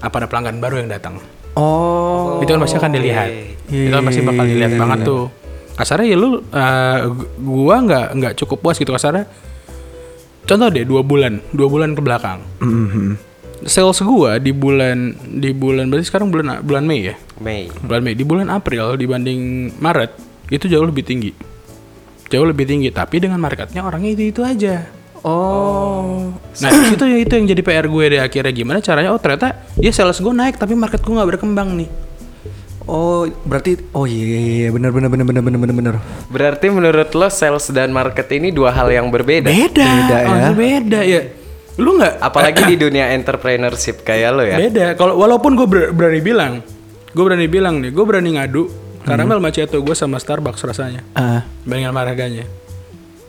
Speaker 3: apa ada pelanggan baru yang datang.
Speaker 1: oh
Speaker 3: itu kan pasti akan dilihat. Itu kan pasti bakal dilihat banget tuh. Kasarnya ya lu eh, gu- gua nggak nggak cukup puas gitu kasarnya. Contoh deh dua bulan, dua bulan ke belakang. Sales gua di bulan di bulan berarti sekarang bulan bulan Mei ya.
Speaker 2: Mei
Speaker 3: Bulan Mei di bulan April dibanding Maret itu jauh lebih tinggi. Jauh lebih tinggi, tapi dengan marketnya orangnya itu-itu aja. Oh. Nah, itu itu yang jadi PR gue deh akhirnya gimana caranya oh ternyata ya sales gue naik tapi market gue nggak berkembang nih.
Speaker 1: oh berarti oh iya iya iya benar benar benar benar benar benar benar
Speaker 2: berarti menurut lo sales dan market ini dua hal yang berbeda
Speaker 3: beda,
Speaker 1: Beda ya.
Speaker 3: langsung beda ya lu nggak
Speaker 2: apalagi di dunia entrepreneurship kayak lo ya
Speaker 3: beda kalau walaupun gue berani bilang gue berani bilang nih gue berani ngadu karamel macchiato gue sama Starbucks rasanya
Speaker 1: Ah.
Speaker 3: bandingin sama harganya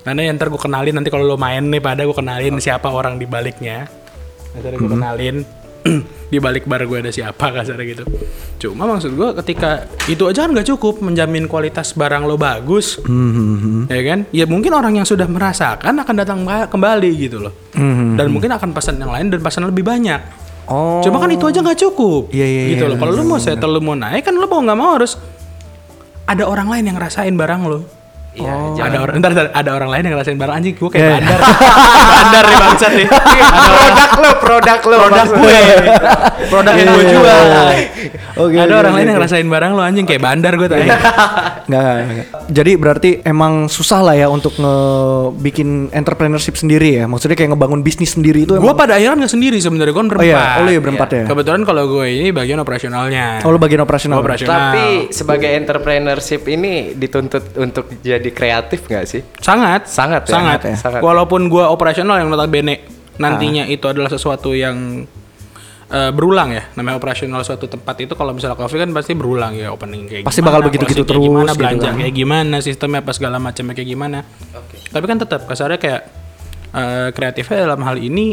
Speaker 3: karena yang ntar gue kenalin nanti kalau lo main nih pada gue kenalin siapa orang di baliknya nanti gue kenalin [CLEARS THROAT] di balik bar gue ada siapa kasarnya gitu cuma maksud gue ketika itu aja kan nggak cukup menjamin kualitas barang lo bagus ya kan ya mungkin orang yang sudah merasakan akan datang ba- kembali gitu loh dan mungkin akan pesan yang lain dan pesan lebih banyak
Speaker 1: oh
Speaker 3: cuma kan itu aja nggak cukup
Speaker 1: Iya, iya,
Speaker 3: gitu
Speaker 1: iya,
Speaker 3: loh kalau lo mau settle lo mau naik kan lo mau nggak mau harus ada orang lain yang ngerasain barang lo
Speaker 2: Iya, jangan.
Speaker 3: Ada orang, ntar, ntar, ada orang lain yang ngerasain barang anjing gue
Speaker 1: Oh.
Speaker 3: kayak
Speaker 1: Iya.
Speaker 3: bandar, bandar nih bangsat nih. Ada orang-
Speaker 2: [LAUGHS] produk lo, produk lo.
Speaker 3: produk
Speaker 2: maksudnya. [LAUGHS]
Speaker 3: gue, produk yang gue
Speaker 1: [LAUGHS] Iya, iya,
Speaker 3: jual.
Speaker 1: iya. Oke,
Speaker 3: Ada
Speaker 1: oke, oke,
Speaker 3: orang lain yang
Speaker 1: oke. Iya.
Speaker 3: ngerasain barang lo anjing kayak bandar gue tadi.
Speaker 1: Nggak, nggak, nggak. Jadi berarti emang susah lah ya untuk ngebikin entrepreneurship sendiri ya. Maksudnya kayak ngebangun bisnis sendiri itu
Speaker 3: Gue
Speaker 1: emang.
Speaker 3: pada akhirnya nggak sendiri sebenarnya gue berempat.
Speaker 1: Oh iya, oh lu ya berempat ya.
Speaker 3: Kebetulan kalau gue ini bagian operasionalnya.
Speaker 1: Oh, lu bagian operasional.
Speaker 3: Gua Ah. operasional.
Speaker 2: Tapi sebagai entrepreneurship ini dituntut untuk jadi kreatif nggak sih?
Speaker 3: Sangat,
Speaker 2: Sangat ya? Sangat
Speaker 3: sangat.
Speaker 2: ya? Ah. Sangat.
Speaker 3: Walaupun gua operasional yang notabene nantinya itu adalah sesuatu yang eh, berulang ya. Namanya operasional suatu tempat itu kalau misalnya coffee kan pasti berulang ya opening kayak
Speaker 1: Pasti
Speaker 3: gimana,
Speaker 1: bakal begitu-gitu
Speaker 3: closing kayak
Speaker 1: terus
Speaker 3: Gimana
Speaker 1: gitu
Speaker 3: belanja
Speaker 1: kan.
Speaker 3: kayak gimana, sistemnya apa segala macamnya kayak gimana. Tapi kan tetap kasarnya kayak eh, kreatifnya dalam hal ini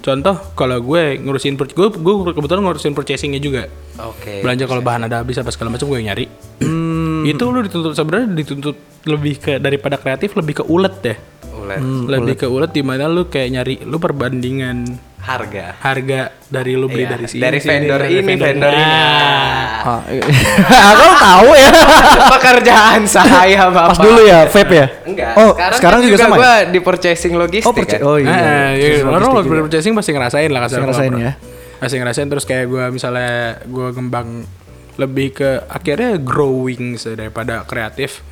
Speaker 3: contoh kalau gue ngurusin pur- gue gue kebetulan ngurusin purchasingnya juga
Speaker 2: Oke.
Speaker 3: belanja kalau bahan ada habis apa segala macam gue yang nyari
Speaker 1: Hmm,
Speaker 2: Hmm.
Speaker 3: itu lu dituntut sebenarnya dituntut lebih ke daripada kreatif lebih ke ulet deh
Speaker 2: Ulet.
Speaker 1: Hmm,
Speaker 3: lebih ke ulet dimana lu kayak nyari lu perbandingan
Speaker 2: Harga.
Speaker 3: harga dari lu beli
Speaker 2: Iya,
Speaker 3: dari sini
Speaker 2: dari
Speaker 3: sini,
Speaker 2: vendor
Speaker 3: dari
Speaker 2: ini, vendor ini. Ah.
Speaker 1: Ah, iya. [LAUGHS] Aku tahu ya.
Speaker 2: Pekerjaan saya
Speaker 1: Pas
Speaker 2: bapak.
Speaker 1: dulu ya vape ya.
Speaker 2: Enggak. kan
Speaker 1: Oh, sekarang,
Speaker 3: kan
Speaker 1: juga, sama.
Speaker 2: gua
Speaker 1: ya?
Speaker 2: di purchasing logistik.
Speaker 1: Oh, percaya.
Speaker 2: kan?
Speaker 1: Oh iya.
Speaker 3: Nah, iya,
Speaker 1: Bisnis
Speaker 3: orang
Speaker 1: logistik
Speaker 3: kalau
Speaker 1: juga.
Speaker 3: beli purchasing pasti ngerasain lah kasar
Speaker 1: ngerasain ya.
Speaker 3: Pasti ngerasain terus kayak gue misalnya gue gembang lebih ke akhirnya growing sih daripada kreatif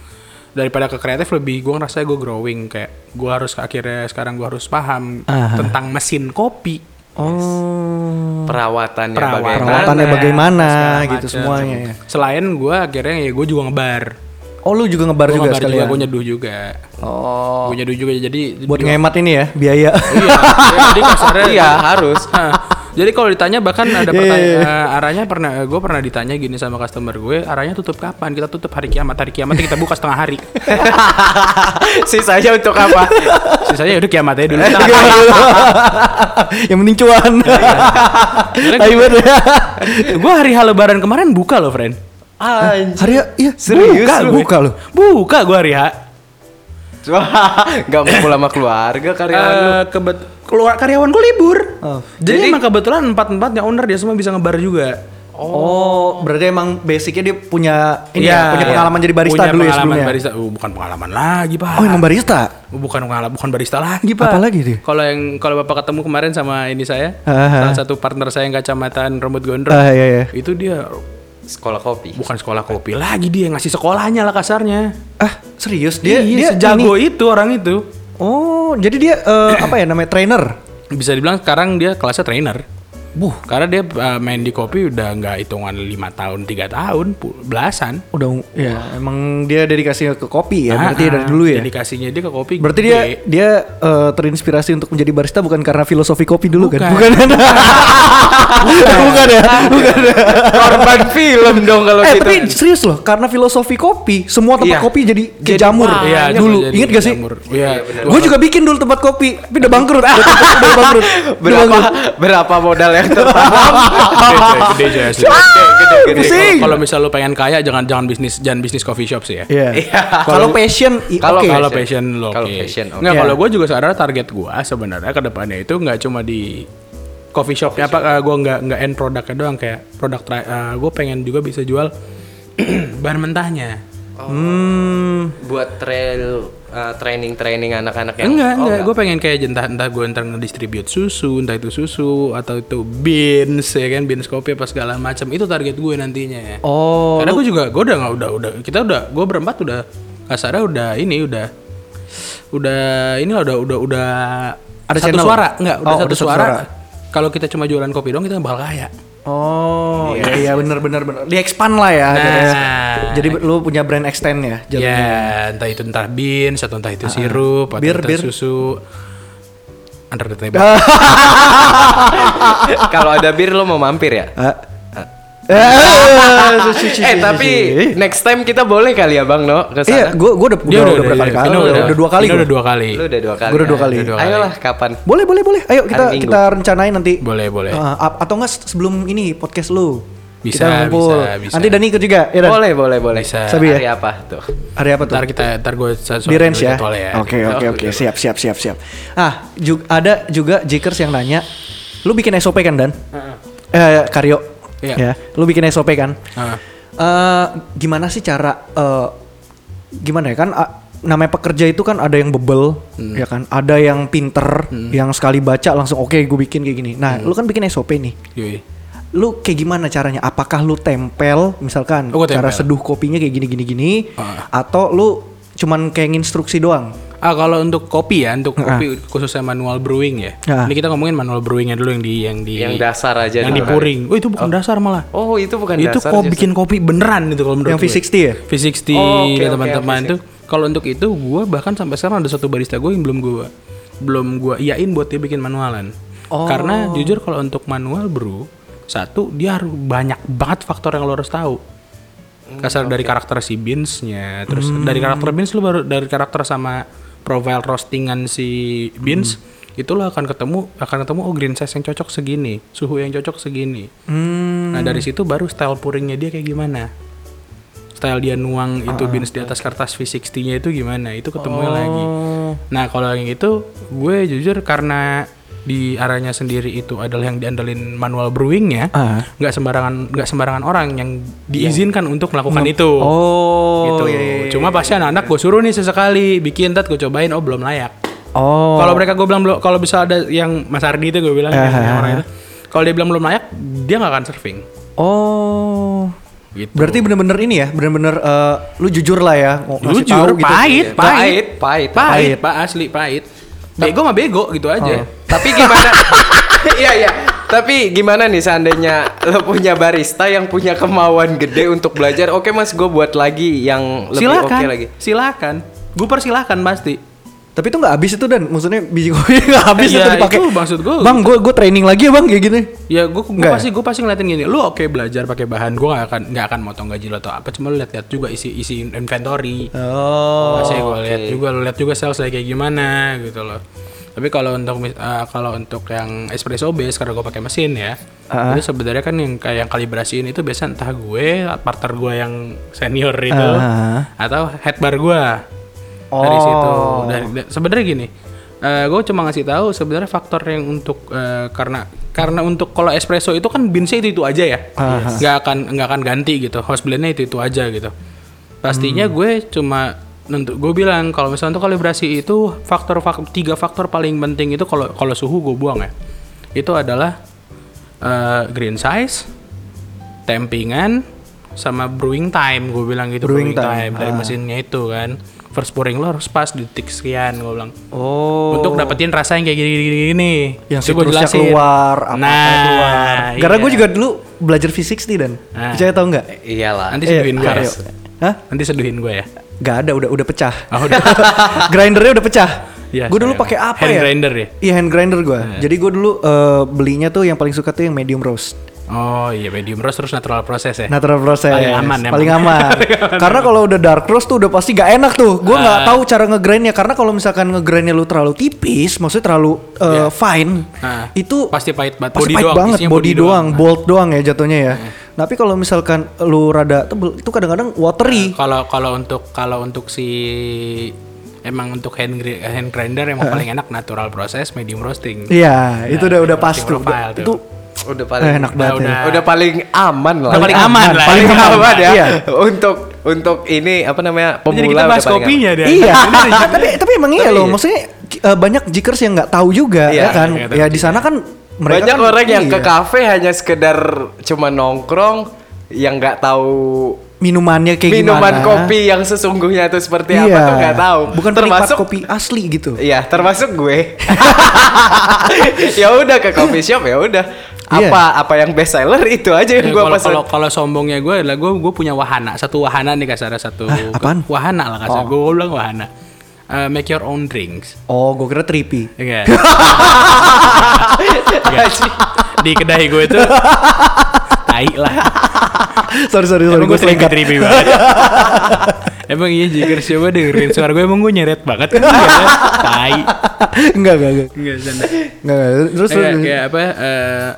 Speaker 3: daripada ke kreatif lebih gue ngerasa gue growing kayak gue harus akhirnya sekarang gue harus paham
Speaker 1: Aha.
Speaker 3: tentang mesin kopi
Speaker 1: Oh.
Speaker 2: Perawatannya
Speaker 3: Perawat-
Speaker 2: bagaimana?
Speaker 1: Perawatannya bagaimana
Speaker 3: segala
Speaker 1: gitu
Speaker 3: macem.
Speaker 1: semuanya ya.
Speaker 3: selain gue akhirnya ya gue juga ngebar
Speaker 1: Oh lu juga ngebar
Speaker 3: gue
Speaker 1: juga
Speaker 3: ngebar juga
Speaker 1: sekalian.
Speaker 3: gue nyeduh juga
Speaker 1: Oh.
Speaker 3: gue nyeduh juga jadi
Speaker 1: Buat ngehemat ini ya biaya.
Speaker 3: iya jadi
Speaker 1: [LAUGHS]
Speaker 3: kasarnya [LAUGHS]
Speaker 2: Iya, harus.
Speaker 3: Hah. jadi kalau ditanya bahkan ada
Speaker 1: Iya, iya,
Speaker 3: pertanyaan eh, arahnya pernah gue pernah ditanya gini sama customer gue arahnya tutup kapan kita tutup hari kiamat hari kiamat kita buka setengah
Speaker 1: [LAUGHS]
Speaker 3: hari
Speaker 2: [LAUGHS] Sisanya untuk apa?
Speaker 3: sisanya udah kiamat aja dulu
Speaker 1: [LAUGHS] Iya,
Speaker 3: [LAUGHS]
Speaker 1: Yang penting cuan. [LAUGHS]
Speaker 3: Iya,
Speaker 1: Tai banget ya.
Speaker 3: gue hari hal lebaran kemarin buka loh friend
Speaker 2: [LAUGHS] Anjir.
Speaker 1: Hari iya
Speaker 2: Serius
Speaker 1: buka,
Speaker 2: lu,
Speaker 1: buka lu.
Speaker 3: buka gue hari H
Speaker 2: Wah, Gak ngumpul sama keluarga karyawan lu.
Speaker 3: Eh, kebet keluar karyawan gue libur
Speaker 1: Oh.
Speaker 3: jadi, emang kebetulan empat empatnya owner dia semua bisa ngebar juga
Speaker 1: Oh, berarti emang basicnya dia punya ini
Speaker 3: Iya,
Speaker 1: ya, punya
Speaker 3: iya.
Speaker 1: pengalaman jadi barista
Speaker 3: Punya
Speaker 1: dulu ya
Speaker 3: pengalaman
Speaker 1: sebelumnya.
Speaker 3: barista. Oh, bukan pengalaman lagi pak
Speaker 1: Oh, emang barista.
Speaker 3: bukan pengalaman bukan barista lagi pak
Speaker 1: Apa lagi dia?
Speaker 3: kalau yang kalau bapak ketemu kemarin sama ini saya
Speaker 1: Aha.
Speaker 3: salah satu partner saya yang kacamataan rambut gondrong
Speaker 1: Ah iya iya.
Speaker 3: itu dia
Speaker 2: Sekolah kopi.
Speaker 3: bukan sekolah kopi lagi dia ngasih sekolahnya lah kasarnya
Speaker 1: Ah, serius dia
Speaker 3: iya,
Speaker 1: dia ini-
Speaker 3: sejago itu orang itu
Speaker 1: Oh, jadi dia eh, apa ya namanya trainer.
Speaker 3: bisa dibilang sekarang dia kelasnya trainer buh karena dia uh, main di kopi udah nggak hitungan lima tahun tiga tahun pu- belasan
Speaker 1: Udah ya, emang dia dedikasinya ke kopi ya, berarti
Speaker 3: Ah,
Speaker 1: dari dulu ya.
Speaker 3: dedikasinya dia ke kopi
Speaker 1: Berarti
Speaker 3: gede.
Speaker 1: dia [LAUGHS] dia eh, terinspirasi untuk menjadi barista bukan karena filosofi kopi dulu kan?
Speaker 3: Bukan.
Speaker 1: Bukan. bukan ya. Bukan. ya?
Speaker 2: Korban film dong kalau
Speaker 1: eh
Speaker 2: gitu.
Speaker 1: tapi serius loh, karena filosofi kopi, semua tempat
Speaker 2: Iya.
Speaker 1: kopi jadi
Speaker 2: Jadi
Speaker 1: kayak jamur
Speaker 2: banyak
Speaker 3: Iya,
Speaker 1: dulu.
Speaker 3: jadi
Speaker 1: Ingat gak sih?
Speaker 3: jamur. Iya,
Speaker 1: Gue juga bikin dulu tempat kopi, tapi udah bangkrut. udah, udah bangkrut. Udah
Speaker 2: Berapa
Speaker 1: bangkrut.
Speaker 2: berapa modal yang tertanam?
Speaker 3: gede coy, gede Iya. coy.
Speaker 2: Gede, gede, gede.
Speaker 1: Pusing.
Speaker 3: Kalau misal lu pengen kaya jangan jangan bisnis jangan bisnis coffee shop sih ya.
Speaker 1: Iya. Kalau passion, i-
Speaker 2: Kalau-
Speaker 1: oke.
Speaker 3: Kalau passion lo oke.
Speaker 2: Kalau passion, oke.
Speaker 3: Nggak,
Speaker 1: Iya.
Speaker 3: kalau gue juga sebenarnya target gue sebenarnya ke depannya itu nggak cuma di coffee shop ya apa gue nggak nggak end produknya doang kayak produk gue pengen juga bisa jual [CLEARS THROAT] bahan mentahnya.
Speaker 1: Hmm.
Speaker 2: Buat trail eh, training-training anak-anak yang
Speaker 3: enggak,
Speaker 2: Oh,
Speaker 3: enggak. Gue pengen kayak entah entah gue ntar ngedistribute susu, entah itu susu atau itu beans ya kan beans kopi apa segala macam itu target gue nantinya.
Speaker 1: Oh,
Speaker 3: Karena gue juga gue udah nggak udah udah kita udah gue berempat udah kasarnya udah ini udah udah ini lah udah udah udah
Speaker 1: Ada
Speaker 3: satu
Speaker 1: channel?
Speaker 3: suara nggak udah
Speaker 1: Oh,
Speaker 3: satu
Speaker 1: udah satu
Speaker 3: suara.
Speaker 1: suara.
Speaker 3: Kalau kita cuma jualan kopi doang kita bakal kaya.
Speaker 1: Oh, iya iya benar benar benar. Di expand lah ya. jadinya.
Speaker 3: Nah.
Speaker 1: Jadi lu punya brand extend ya. [LAUGHS]
Speaker 3: Ya,
Speaker 1: jadinya.
Speaker 3: entah itu entah beans atau entah itu sirup atau
Speaker 1: Ah, Bir,
Speaker 3: entah
Speaker 1: bir.
Speaker 3: susu under the
Speaker 2: [LAUGHS]
Speaker 3: table.
Speaker 1: Eh,
Speaker 2: Kalau ada bir lo mau mampir ya?
Speaker 1: Ah. Eh, su- su- su-
Speaker 2: eh
Speaker 1: su-
Speaker 2: tapi
Speaker 1: su- su-
Speaker 2: next time kita boleh kali ya Bang No ke
Speaker 1: su- Iya,
Speaker 2: sana.
Speaker 1: gua gua udah udah,
Speaker 3: Dia
Speaker 1: udah, berkali
Speaker 3: iya,
Speaker 1: kali.
Speaker 3: Vino
Speaker 1: Udah, udah dua kali.
Speaker 3: Vino
Speaker 1: gua.
Speaker 3: udah dua kali.
Speaker 2: Lu udah dua kali.
Speaker 1: Gua udah dua
Speaker 2: ya?
Speaker 1: kali.
Speaker 3: Dua kali.
Speaker 2: Ayolah kapan?
Speaker 1: Boleh boleh boleh. Ayo kita
Speaker 2: Minggu.
Speaker 1: kita rencanain nanti.
Speaker 3: Boleh, boleh.
Speaker 1: Ah, ap- atau enggak sebelum ini podcast lu.
Speaker 3: Bisa,
Speaker 1: kita ngumpul.
Speaker 3: bisa, bisa.
Speaker 1: Nanti Dani ikut juga. Ya, Dan?
Speaker 2: Boleh, boleh, boleh.
Speaker 3: Bisa.
Speaker 1: Sabi ya?
Speaker 2: Iya, Hari apa tuh?
Speaker 1: Hari apa tuh?
Speaker 3: Ntar kita ntar gue
Speaker 1: Di range ya. Oke oke oke. Siap siap siap siap. Ah, ju- ada juga Jikers yang nanya, lu bikin SOP kan Dan? Eh, Karyo.
Speaker 3: Iya.
Speaker 1: Ya, lu bikin SOP kan?
Speaker 3: Ah.
Speaker 1: Eh, gimana sih cara eh, gimana ya kan ah, namanya pekerja itu kan ada yang bebel, ya kan, ada yang pinter, yang sekali baca langsung oke gue bikin kayak gini. Nah, lu kan bikin SOP nih.
Speaker 3: Yoi.
Speaker 1: Lu kayak gimana caranya? Apakah lu tempel misalkan
Speaker 3: Oh, gua
Speaker 1: cara
Speaker 3: tempel.
Speaker 1: seduh kopinya kayak gini gini gini atau lu cuman kayak instruksi doang?
Speaker 3: Ah kalau untuk kopi ya, untuk kopi khususnya manual brewing ya.
Speaker 1: Ah.
Speaker 3: Ini kita ngomongin manual brewingnya dulu yang di yang di
Speaker 2: Yang dasar aja
Speaker 3: Iya.
Speaker 2: dulu
Speaker 3: yang di
Speaker 2: kali.
Speaker 3: pouring. Oh itu bukan dasar malah.
Speaker 2: Oh, itu bukan
Speaker 3: itu
Speaker 2: dasar.
Speaker 3: kok
Speaker 2: justru.
Speaker 3: bikin kopi beneran itu kalau menurut
Speaker 1: Yang
Speaker 3: gue.
Speaker 1: V60 ya?
Speaker 3: V60
Speaker 2: Oh, oke,
Speaker 3: ya,
Speaker 2: oke,
Speaker 3: teman-teman itu. Kalau untuk itu gue bahkan sampai sekarang ada satu barista gue yang belum gue belum gue iain buat dia bikin manualan.
Speaker 2: Oh.
Speaker 3: Karena jujur kalau untuk manual bro satu dia harus banyak banget faktor yang lo harus tahu.
Speaker 2: Hmm,
Speaker 3: Kasar dari karakter si beansnya, terus dari karakter beans lo baru dari karakter sama profile roastingan si beans
Speaker 2: Hmm.
Speaker 3: itu lo akan ketemu akan ketemu oh green size yang cocok segini, suhu yang cocok segini.
Speaker 1: Hmm.
Speaker 3: Nah dari situ baru style pouringnya dia kayak gimana? Style dia nuang itu
Speaker 1: Ah,
Speaker 3: beans di atas kertas V60-nya itu gimana? Itu ketemu
Speaker 1: Oh.
Speaker 3: lagi. Nah kalau yang itu gue jujur karena di arahnya sendiri itu adalah yang diandelin manual brewingnya,
Speaker 1: Ah.
Speaker 3: nggak sembarangan nggak sembarangan orang yang diizinkan untuk melakukan itu.
Speaker 1: Oh,
Speaker 3: gitu.
Speaker 1: iya, iya, iya.
Speaker 3: Cuma pasti anak-anak gue suruh nih sesekali bikin, tat gue cobain, oh belum layak.
Speaker 1: Oh.
Speaker 3: Kalau mereka gue bilang belum, kalau bisa ada yang Mas Ardi itu gue bilang
Speaker 1: Ah.
Speaker 3: yang orang itu, kalau dia bilang belum layak, dia nggak akan surfing.
Speaker 1: Oh.
Speaker 3: Gitu.
Speaker 1: Berarti bener-bener ini ya, bener-bener eh, lu jujur lah ya, ng- ngasih tahu
Speaker 3: Jujur, pahit,
Speaker 2: Iya.
Speaker 3: pahit,
Speaker 2: Pahit, pahit.
Speaker 3: pahit, pak asli pahit. Bego mah bego gitu aja.
Speaker 2: Tapi gimana? [LAUGHS] Iya iya. Tapi gimana nih seandainya lo punya barista yang punya kemauan gede untuk belajar? Oke mas, gue buat lagi yang lebih oke
Speaker 3: silakan,
Speaker 2: lagi.
Speaker 3: silakan. Gue persilahkan pasti.
Speaker 1: Tapi itu nggak habis itu dan maksudnya biji kopi nggak habis
Speaker 3: Iya,
Speaker 1: itu dipakai.
Speaker 3: itu maksud gua. gitu.
Speaker 1: Bang, gue gue training lagi ya bang kayak gini.
Speaker 3: Ya gue gue
Speaker 1: Nggak
Speaker 3: pasti gue pasti ngeliatin gini. Lu oke belajar pakai bahan, gue nggak akan nggak akan motong gaji lo atau apa. Cuma lu lihat-lihat juga isi isi inventory.
Speaker 1: Oh.
Speaker 3: Pasti gue lihat juga, lu lihat juga sales kayak gimana gitu loh. Tapi kalau untuk mis- eh, kalau untuk yang espresso base karena gue pakai mesin ya.
Speaker 1: Ah.
Speaker 3: Itu sebenarnya kan yang kayak yang kalibrasiin itu biasa entah gue, partner gue yang senior itu
Speaker 1: Ah.
Speaker 3: atau head bar gue. Dari
Speaker 1: Oh.
Speaker 3: situ. Dari da- sebenarnya gini. gue cuma ngasih tahu sebenarnya faktor yang untuk eh, karena karena untuk kalau espresso itu kan beansnya itu itu aja ya
Speaker 1: Ah.
Speaker 3: nggak akan nggak akan ganti gitu house blendnya itu itu aja gitu pastinya
Speaker 1: Hmm.
Speaker 3: gue cuma untuk gue bilang kalau misalnya untuk kalibrasi itu faktor fak- tiga faktor paling penting itu kalau kalau suhu gue buang ya itu adalah eh, green size tempingan sama brewing time gue bilang gitu
Speaker 1: Brewing
Speaker 3: brewing,
Speaker 1: time, Ah.
Speaker 3: time, dari mesinnya itu kan first pouring lo harus pas di detik sekian gue bilang
Speaker 1: Oh.
Speaker 3: untuk dapetin rasa yang kayak gini gini gini
Speaker 1: Yang
Speaker 3: Itu gua
Speaker 1: sitrusnya
Speaker 3: jelasin.
Speaker 1: keluar, apa
Speaker 3: nah,
Speaker 1: keluar. Karena
Speaker 3: iya.
Speaker 1: gue juga dulu belajar fisik nih dan
Speaker 3: Ah.
Speaker 1: percaya tau nggak?
Speaker 2: Eh, Iyalah.
Speaker 1: Eh,
Speaker 3: nanti seduhin gue
Speaker 1: ayo. Hah?
Speaker 3: nanti seduhin gue ya
Speaker 1: Gak ada, udah udah pecah.
Speaker 3: Oh, udah.
Speaker 1: [LAUGHS] Grindernya udah pecah.
Speaker 3: Iya,
Speaker 1: gue dulu
Speaker 3: iya.
Speaker 1: pakai apa
Speaker 3: Hand
Speaker 1: ya?
Speaker 3: grinder ya? Nah.
Speaker 1: Iya hand grinder gue. Jadi gue dulu eh, belinya tuh yang paling suka tuh yang medium roast.
Speaker 3: oh iya medium roast terus natural proses ya
Speaker 1: Natural process
Speaker 3: Paling aman emang.
Speaker 1: Nah, Paling
Speaker 3: [LAUGHS]
Speaker 1: aman. karena kalau udah dark roast tuh udah pasti gak enak tuh. Gue
Speaker 3: Ah.
Speaker 1: nggak tahu cara ngegrindnya karena kalau misalkan ngegrindnya lu terlalu tipis, maksudnya terlalu uh, fine,
Speaker 3: Iya. Ah.
Speaker 1: itu
Speaker 3: Pasti pahit banget.
Speaker 1: Pasti
Speaker 3: Body
Speaker 1: pahit
Speaker 3: doang, Ah.
Speaker 1: banget.
Speaker 3: isinya
Speaker 1: Body,
Speaker 3: body
Speaker 1: doang, bold doang ya jatuhnya ya. Tapi kalau misalkan lu rada tebel, itu kadang-kadang watery.
Speaker 3: kalau kalau untuk kalau untuk si emang untuk hand gri- hand grinder emang paling enak natural proses medium roasting
Speaker 1: Iya, itu udah udah pas tuh.
Speaker 3: Ah, profile
Speaker 1: Udah-
Speaker 3: tuh.
Speaker 1: Itu
Speaker 2: Udah paling
Speaker 1: Eh, enak banget ya.
Speaker 2: udah, udah paling aman lah.
Speaker 3: Udah paling aman lah.
Speaker 2: Paling
Speaker 1: Paling
Speaker 2: aman,
Speaker 1: aman,
Speaker 2: ya.
Speaker 1: iya.
Speaker 2: Untuk untuk ini apa namanya pemula.
Speaker 3: jadi kita
Speaker 2: udah
Speaker 3: bahas
Speaker 2: paling
Speaker 3: kopinya [LAUGHS]
Speaker 2: aman.
Speaker 3: deh
Speaker 1: iya, Nah, tapi tapi emang iya
Speaker 2: Tapi
Speaker 1: loh.
Speaker 2: iya.
Speaker 1: Maksudnya ki- eh, banyak jikers yang nggak tahu juga
Speaker 2: Iya,
Speaker 1: ya kan.
Speaker 3: iya,
Speaker 1: ya di sana kan mereka
Speaker 2: Banyak
Speaker 1: kan-
Speaker 2: orang yang
Speaker 1: iya.
Speaker 2: ke kafe hanya sekedar cuma nongkrong yang nggak tahu
Speaker 1: minumannya kayak
Speaker 2: minuman
Speaker 1: gimana.
Speaker 2: kopi yang sesungguhnya itu seperti apa tuh nggak tahu.
Speaker 1: Iya. Bukan termasuk
Speaker 2: [LAUGHS] termasuk
Speaker 1: kopi asli gitu.
Speaker 2: Iya, termasuk gue. [LAUGHS] ya udah ke coffee shop ya udah.
Speaker 1: Iya.
Speaker 2: Apa apa yang best seller itu aja yang
Speaker 3: Ya,
Speaker 2: gue
Speaker 3: kalau
Speaker 2: pesen.
Speaker 3: kalau kalau sombongnya gue adalah gue gue punya wahana satu wahana nih kasar satu
Speaker 1: Hah, apaan?
Speaker 3: wahana lah kasar gue bilang wahana Eh, make your own drinks
Speaker 1: Oh, gue kira tripi.
Speaker 3: Iya. kan? di kedai gue itu tai lah
Speaker 1: [LAUGHS] sorry sorry sorry
Speaker 3: emang
Speaker 1: gue
Speaker 3: gue sering
Speaker 1: selingkat.
Speaker 3: trippy
Speaker 1: [LAUGHS]
Speaker 3: banget emang iya jikers coba dengerin suara gue emang gue nyeret banget kan tai
Speaker 1: Enggak enggak enggak.
Speaker 3: enggak sana
Speaker 1: Enggak, enggak. Terus
Speaker 3: Kayak-
Speaker 1: terus-
Speaker 3: kayak Iya, apa eh,